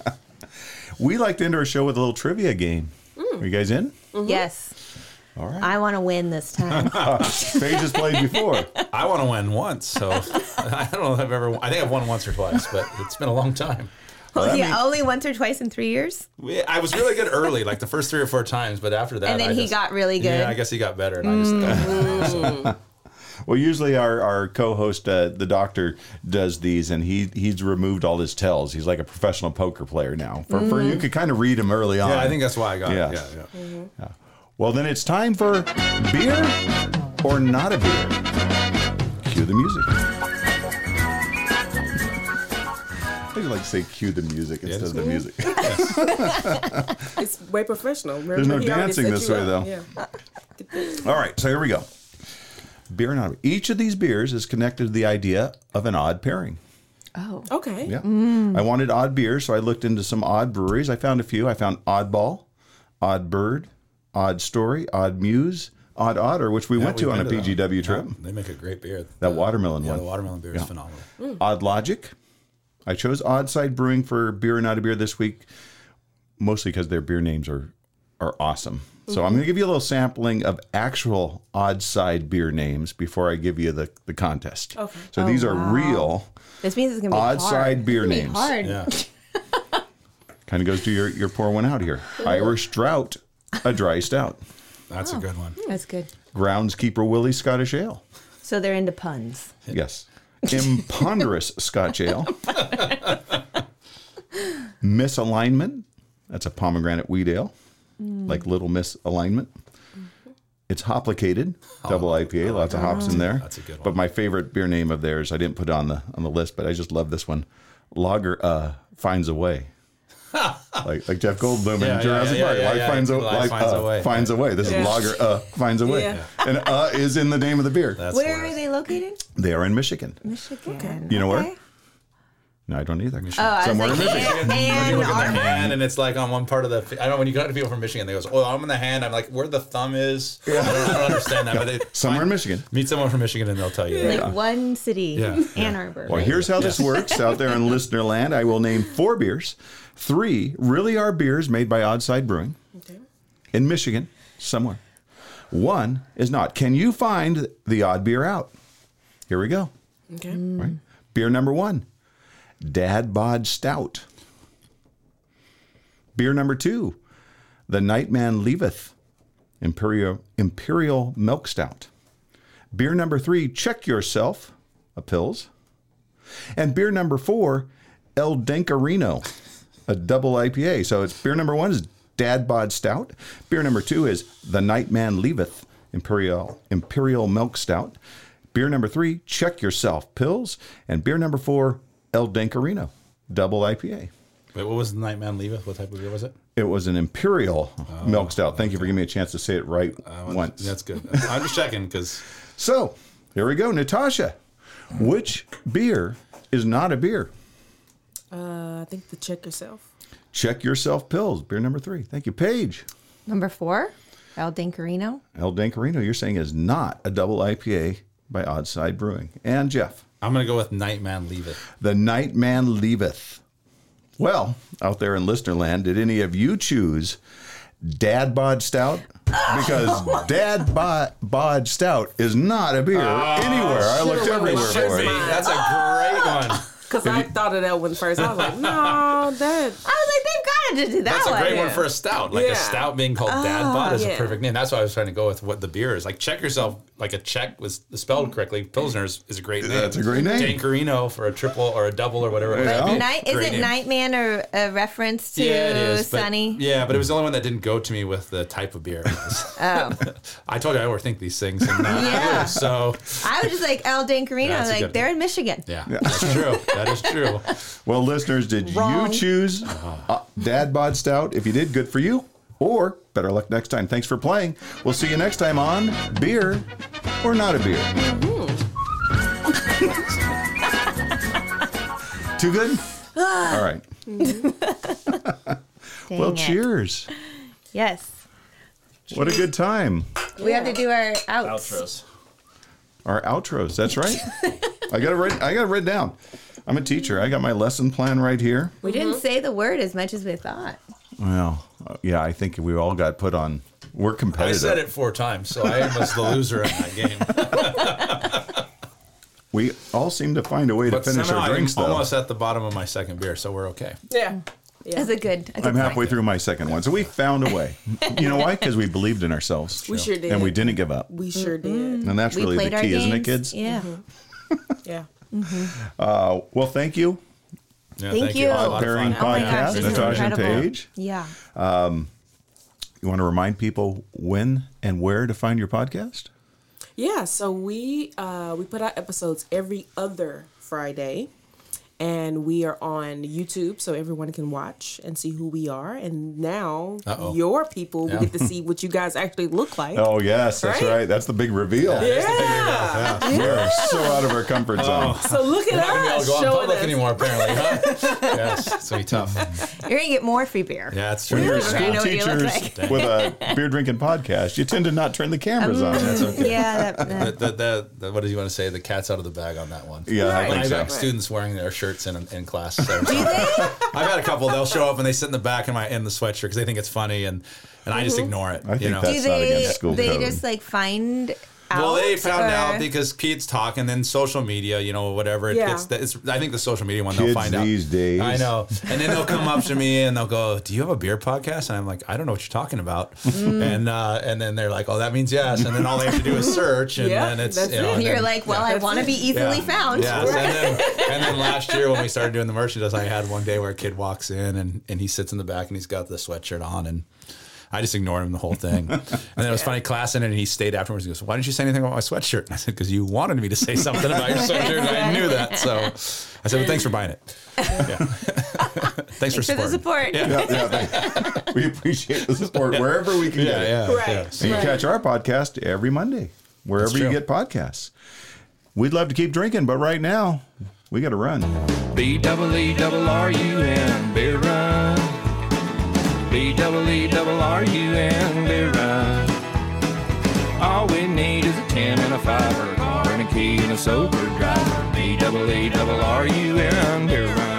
Speaker 3: We like to end our show with a little trivia game. Are you guys in?
Speaker 5: Yes,
Speaker 3: All right.
Speaker 5: Mm. I want to win this time.
Speaker 3: Paige has played before.
Speaker 6: I want to win once, so I don't know if I've ever. I think I've won once or twice, but it's been a long time.
Speaker 3: that
Speaker 5: yeah,
Speaker 3: means-
Speaker 5: only once or twice in three years,
Speaker 6: We, I was really good early, like the first three or four times, but after that,
Speaker 5: and then
Speaker 6: I
Speaker 5: he
Speaker 6: just-
Speaker 5: got really good.
Speaker 6: Yeah, I guess he got better, and I just.
Speaker 3: Well, usually our, our co-host, uh, the doctor, does these, and he he's removed all his tells. He's like a professional poker player now. For,
Speaker 5: Mm-hmm.
Speaker 3: for you could kind of read him early
Speaker 5: Mm.
Speaker 3: on.
Speaker 6: yeah, I think that's why I got
Speaker 3: Yeah.
Speaker 6: it. Yeah, yeah.
Speaker 3: Well, then it's time for beer or not a beer. Cue the music. I think I like to say cue the music instead
Speaker 6: that's
Speaker 3: of the
Speaker 6: cool.
Speaker 3: music.
Speaker 4: it's way professional.
Speaker 3: There's no
Speaker 4: Remember, he already
Speaker 3: dancing
Speaker 4: set
Speaker 3: this
Speaker 4: you
Speaker 3: way,
Speaker 4: up.
Speaker 3: though.
Speaker 4: Yeah.
Speaker 3: All right, so here we go. Beer or not a beer. Each of these beers is connected to the idea of an odd pairing.
Speaker 5: oh,
Speaker 4: Okay.
Speaker 3: Yeah. I wanted odd beer, so I looked into some odd breweries. I found a few. I found Oddball, Odd Bird, Odd Story, Odd Muse, Odd Otter, which we went
Speaker 6: We've
Speaker 3: to on a
Speaker 6: been that.
Speaker 3: PGW trip.
Speaker 6: Yeah, they make a great beer.
Speaker 3: That watermelon
Speaker 6: Yeah,
Speaker 3: one.
Speaker 6: the watermelon beer is phenomenal.
Speaker 3: Odd Logic. I chose Odd Side Brewing for beer and not a beer this week, mostly because their beer names are are awesome. So I'm going to give you a little sampling of actual odd side beer names before I give you the, the contest. Okay. So these are real
Speaker 5: This means it's gonna be
Speaker 3: odd
Speaker 5: hard.
Speaker 3: side beer
Speaker 5: It's gonna be
Speaker 3: names.
Speaker 5: Hard.
Speaker 6: Yeah.
Speaker 3: Kind of goes to your, your pour one out here. Irish Drought, a dry stout.
Speaker 6: That's a good one.
Speaker 5: That's good.
Speaker 3: Groundskeeper Willie Scottish Ale.
Speaker 5: So they're into puns.
Speaker 3: Yes. Imponderous Scotch Ale. Misalignment. That's a pomegranate wheat ale,
Speaker 6: Mm.
Speaker 3: like Little Misalignment. It's hoplicated, double IPA, lots of hops in there.
Speaker 6: Mm-hmm. Oh, That's a good one.
Speaker 3: But my favorite beer name of theirs, I didn't put it on the on the list, but I just love this one. Lager uh, finds a way. like like Jeff Goldblum
Speaker 6: Yeah,
Speaker 3: in
Speaker 6: yeah,
Speaker 3: Jurassic
Speaker 6: yeah,
Speaker 3: Park.
Speaker 6: yeah,
Speaker 3: Life
Speaker 6: yeah.
Speaker 3: finds a
Speaker 6: Life
Speaker 3: life,
Speaker 6: finds
Speaker 3: uh,
Speaker 6: a way.
Speaker 3: Finds a way. This
Speaker 4: Yeah.
Speaker 3: is lager uh, finds a way,
Speaker 4: Yeah.
Speaker 3: and uh is in the name of the beer.
Speaker 6: That's
Speaker 5: Where
Speaker 6: hilarious.
Speaker 5: are they located?
Speaker 3: They are in Michigan.
Speaker 5: Michigan.
Speaker 3: You know where?
Speaker 5: Okay.
Speaker 3: No, I don't either.
Speaker 5: Oh, I was
Speaker 3: Somewhere
Speaker 5: like,
Speaker 3: in Michigan.
Speaker 5: Ann-
Speaker 6: You
Speaker 5: Ann
Speaker 6: look at the
Speaker 5: Arbor.
Speaker 6: hand, and it's like on one part of the. I don't know when you go to people from Michigan, they goes, "Oh, I'm in the hand." I'm like, "Where the thumb is?" I, don't, I don't understand that, but they
Speaker 3: Somewhere in Michigan.
Speaker 6: meet someone from Michigan and they'll tell you. that.
Speaker 5: Like one city,
Speaker 6: Yeah.
Speaker 5: Ann Arbor.
Speaker 3: Well, here's how this works out there in listener land. I will name four beers. Three really are beers made by Oddside Brewing
Speaker 4: Okay.
Speaker 3: in Michigan, somewhere. One is not. Can you find the odd beer out? Here we go.
Speaker 4: Okay.
Speaker 5: Mm.
Speaker 3: Right? Beer number one, Dad Bod Stout. Beer number two, The Nightman Leaveth, Imperial, Imperial Milk Stout. Beer number three, Check Yourself, a Pills. And beer number four, El Dankarino, a double IPA. So it's beer number one is Dad Bod Stout. Beer number two is The Nightman Leaveth Imperial Imperial Milk Stout. Beer number three, Check Yourself Pills. And beer number four, El Dankarino, double IPA.
Speaker 6: Wait, what was the Nightman Leaveth? What type of beer was it?
Speaker 3: It was an Imperial
Speaker 6: Oh,
Speaker 3: Milk Stout. Thank you for giving me a chance to say it right once.
Speaker 6: Uh, That's good. I'm just checking because
Speaker 3: So here we go, Natasha. Which beer is not a beer?
Speaker 4: Uh, I think the check yourself.
Speaker 3: Check Yourself Pills, beer number three. Thank you, Paige.
Speaker 5: Number four, El Dankarino.
Speaker 3: El Dankarino, you're saying is not a double IPA by Oddside Brewing. And Jeff,
Speaker 6: I'm gonna go with Nightman Leaveth.
Speaker 3: the Nightman leaveth. Well, out there in listener land, did any of you choose Dad Bod Stout? Because Dad Bod, Bod Stout is not a beer
Speaker 6: Ah,
Speaker 3: anywhere. I looked
Speaker 4: should've went
Speaker 3: everywhere
Speaker 4: with
Speaker 3: for
Speaker 4: mine.
Speaker 3: Uh, it.
Speaker 6: That's a great one.
Speaker 4: Because I thought of that one first. I was like, no, that.
Speaker 5: I was like, they've got to do that
Speaker 6: That's a
Speaker 5: one.
Speaker 6: great one for a stout. Like
Speaker 4: Yeah.
Speaker 6: a stout being called dad bod is
Speaker 4: yeah.
Speaker 6: a perfect name. That's why I was trying to go with what the beer is. Like check yourself. Like a check was spelled correctly. Pilsner's is a great name.
Speaker 3: That's a great name.
Speaker 6: Dankerino for a triple or a double or whatever. it
Speaker 3: Yeah.
Speaker 6: might be.
Speaker 5: Night, is
Speaker 6: Oh, Great
Speaker 5: it
Speaker 6: name.
Speaker 5: Nightman or a reference to
Speaker 6: Yeah, it is. but-
Speaker 5: Sunny?
Speaker 6: Yeah, but it was the only one that didn't go to me with the type of beer. It was.
Speaker 5: Oh.
Speaker 6: I told you I overthink these things. And, uh,
Speaker 5: Yeah.
Speaker 6: So
Speaker 5: I was just like El Dankarino.
Speaker 6: That's a
Speaker 5: like
Speaker 6: good
Speaker 5: they're
Speaker 6: one.
Speaker 5: in Michigan.
Speaker 6: yeah, that's true. That is true.
Speaker 3: Well, listeners, did
Speaker 5: Wrong.
Speaker 3: you choose uh, Dad Bod Stout? If you did, good for you. Or better luck next time. Thanks for playing. We'll see you next time on Beer or Not a Beer.
Speaker 5: Mm-hmm.
Speaker 3: Too good? All right.
Speaker 5: Ah. Dang
Speaker 3: Well,
Speaker 5: it.
Speaker 3: cheers.
Speaker 5: Yes,
Speaker 3: What a good time.
Speaker 5: we have to do our outs.
Speaker 2: Outros.
Speaker 3: Our outros. That's right. I got it written. I got it written down. I'm a teacher. I got my lesson plan right here.
Speaker 5: We didn't
Speaker 6: Mm-hmm.
Speaker 5: say the word as much as we thought.
Speaker 3: Well, uh, yeah, I think we all got put on. We're
Speaker 6: I
Speaker 3: competitive.
Speaker 6: said it four times, so I was the loser in that game.
Speaker 3: We all seem to find a way
Speaker 6: But
Speaker 3: to finish
Speaker 6: somehow
Speaker 3: our drinks,
Speaker 6: I'm
Speaker 3: though.
Speaker 6: almost at the bottom of my second beer, so we're okay.
Speaker 4: Yeah.
Speaker 5: That's a good. A good
Speaker 3: I'm
Speaker 5: sign.
Speaker 3: halfway through my second one, so we found a way. you know why? Because we believed in ourselves.
Speaker 4: We sure did.
Speaker 3: and we didn't give up.
Speaker 4: We sure did.
Speaker 3: And that's
Speaker 5: We
Speaker 3: really
Speaker 5: played
Speaker 3: the
Speaker 5: our
Speaker 3: key,
Speaker 5: games.
Speaker 3: isn't it, kids?
Speaker 5: Yeah.
Speaker 6: Mm-hmm.
Speaker 4: Yeah.
Speaker 3: Uh, well, thank you,
Speaker 6: Yeah,
Speaker 5: Thank you.
Speaker 6: A lot of fun.
Speaker 3: Pairing
Speaker 5: Oh my gosh,
Speaker 3: Podcast,
Speaker 5: this
Speaker 3: Natasha
Speaker 5: is
Speaker 3: and
Speaker 5: incredible.
Speaker 3: Paige.
Speaker 5: Yeah.
Speaker 3: You want to remind people when and where to find your podcast?
Speaker 4: Yeah, so we uh, we put out episodes every other Friday, and we are on YouTube, so everyone can watch and see who we are. And now
Speaker 6: Uh-oh.
Speaker 4: your people
Speaker 6: Yeah.
Speaker 4: will get to see what you guys actually look like.
Speaker 3: Oh yes, that's
Speaker 4: Right?
Speaker 3: right. That's the big reveal.
Speaker 4: yeah.
Speaker 3: We are so out of our comfort
Speaker 6: Oh.
Speaker 3: zone.
Speaker 4: So look at
Speaker 6: Not gonna be able to
Speaker 4: us
Speaker 6: go out in
Speaker 4: showing
Speaker 6: public
Speaker 4: us.
Speaker 6: anymore, apparently. Huh? yes, it's gonna be tough.
Speaker 5: You're gonna get more free beer.
Speaker 6: Yeah, it's
Speaker 3: When
Speaker 6: true.
Speaker 3: you're
Speaker 5: I
Speaker 3: school
Speaker 5: know what you look
Speaker 3: teachers
Speaker 5: like.
Speaker 3: with a beer drinking podcast, you tend to not turn the cameras
Speaker 5: Um,
Speaker 3: on. That's okay.
Speaker 5: Yeah, that, that-
Speaker 6: The- the- the- the- what does you want to say? The cat's out of the bag on that one.
Speaker 3: Yeah, I
Speaker 6: Like,
Speaker 3: think
Speaker 6: I've
Speaker 3: so.
Speaker 6: got students wearing their shirt shirts in, in class. So, so I've had a couple. They'll show up and they sit in the back of my in the sweatshirt because they think it's funny, and and I just
Speaker 5: Mm-hmm.
Speaker 6: ignore it.
Speaker 3: I
Speaker 6: you
Speaker 3: think
Speaker 6: know?
Speaker 3: that's
Speaker 5: Do
Speaker 3: not
Speaker 5: they?
Speaker 3: against school
Speaker 5: They
Speaker 3: code.
Speaker 5: just like find out.
Speaker 6: Well, they found
Speaker 5: or-
Speaker 6: out because kids talk, and then social media, you know, whatever. It,
Speaker 4: Yeah.
Speaker 6: it's, it's, I think the social media one
Speaker 3: Kids
Speaker 6: they'll find out
Speaker 3: these days.
Speaker 6: I know, and then they'll come up to me and they'll go, "Do you have a beer podcast?" And I'm like, "I don't know what you're talking about."
Speaker 4: Mm.
Speaker 6: and uh, and then they're like, "Oh, that means yes." And then all they have to do is search, and
Speaker 4: Yeah,
Speaker 6: then it's
Speaker 4: that's
Speaker 6: you know,
Speaker 4: it.
Speaker 6: and
Speaker 5: You're
Speaker 6: then-
Speaker 5: like, well, I want to be easily found.
Speaker 6: Yes. And, then, and then last year when we started doing the merchandise, I had one day where a kid walks in and, and he sits in the back and he's got the sweatshirt on and I just ignored him the whole thing. And then it was funny, class ended and he stayed afterwards. He goes, Why didn't you say anything about my sweatshirt? And I said, Because you wanted me to say something about your sweatshirt. And I knew that. So I said, Well, thanks for buying it. Yeah. thanks for
Speaker 5: for the support.
Speaker 6: supporting.
Speaker 3: Yeah, yeah, they- we appreciate the support wherever we can get
Speaker 6: Yeah,
Speaker 3: it.
Speaker 6: yeah.
Speaker 4: Right.
Speaker 6: yeah. So-
Speaker 3: And you catch our podcast every Monday, wherever
Speaker 6: That's
Speaker 3: you
Speaker 6: true.
Speaker 3: get podcasts. We'd love to keep drinking, but right now, we got to run.
Speaker 2: B double E double R U N beer run. B double E double R U N beer run. All we need is a ten and a five, or a car and a key and a sober driver. B double E double R U N beer run.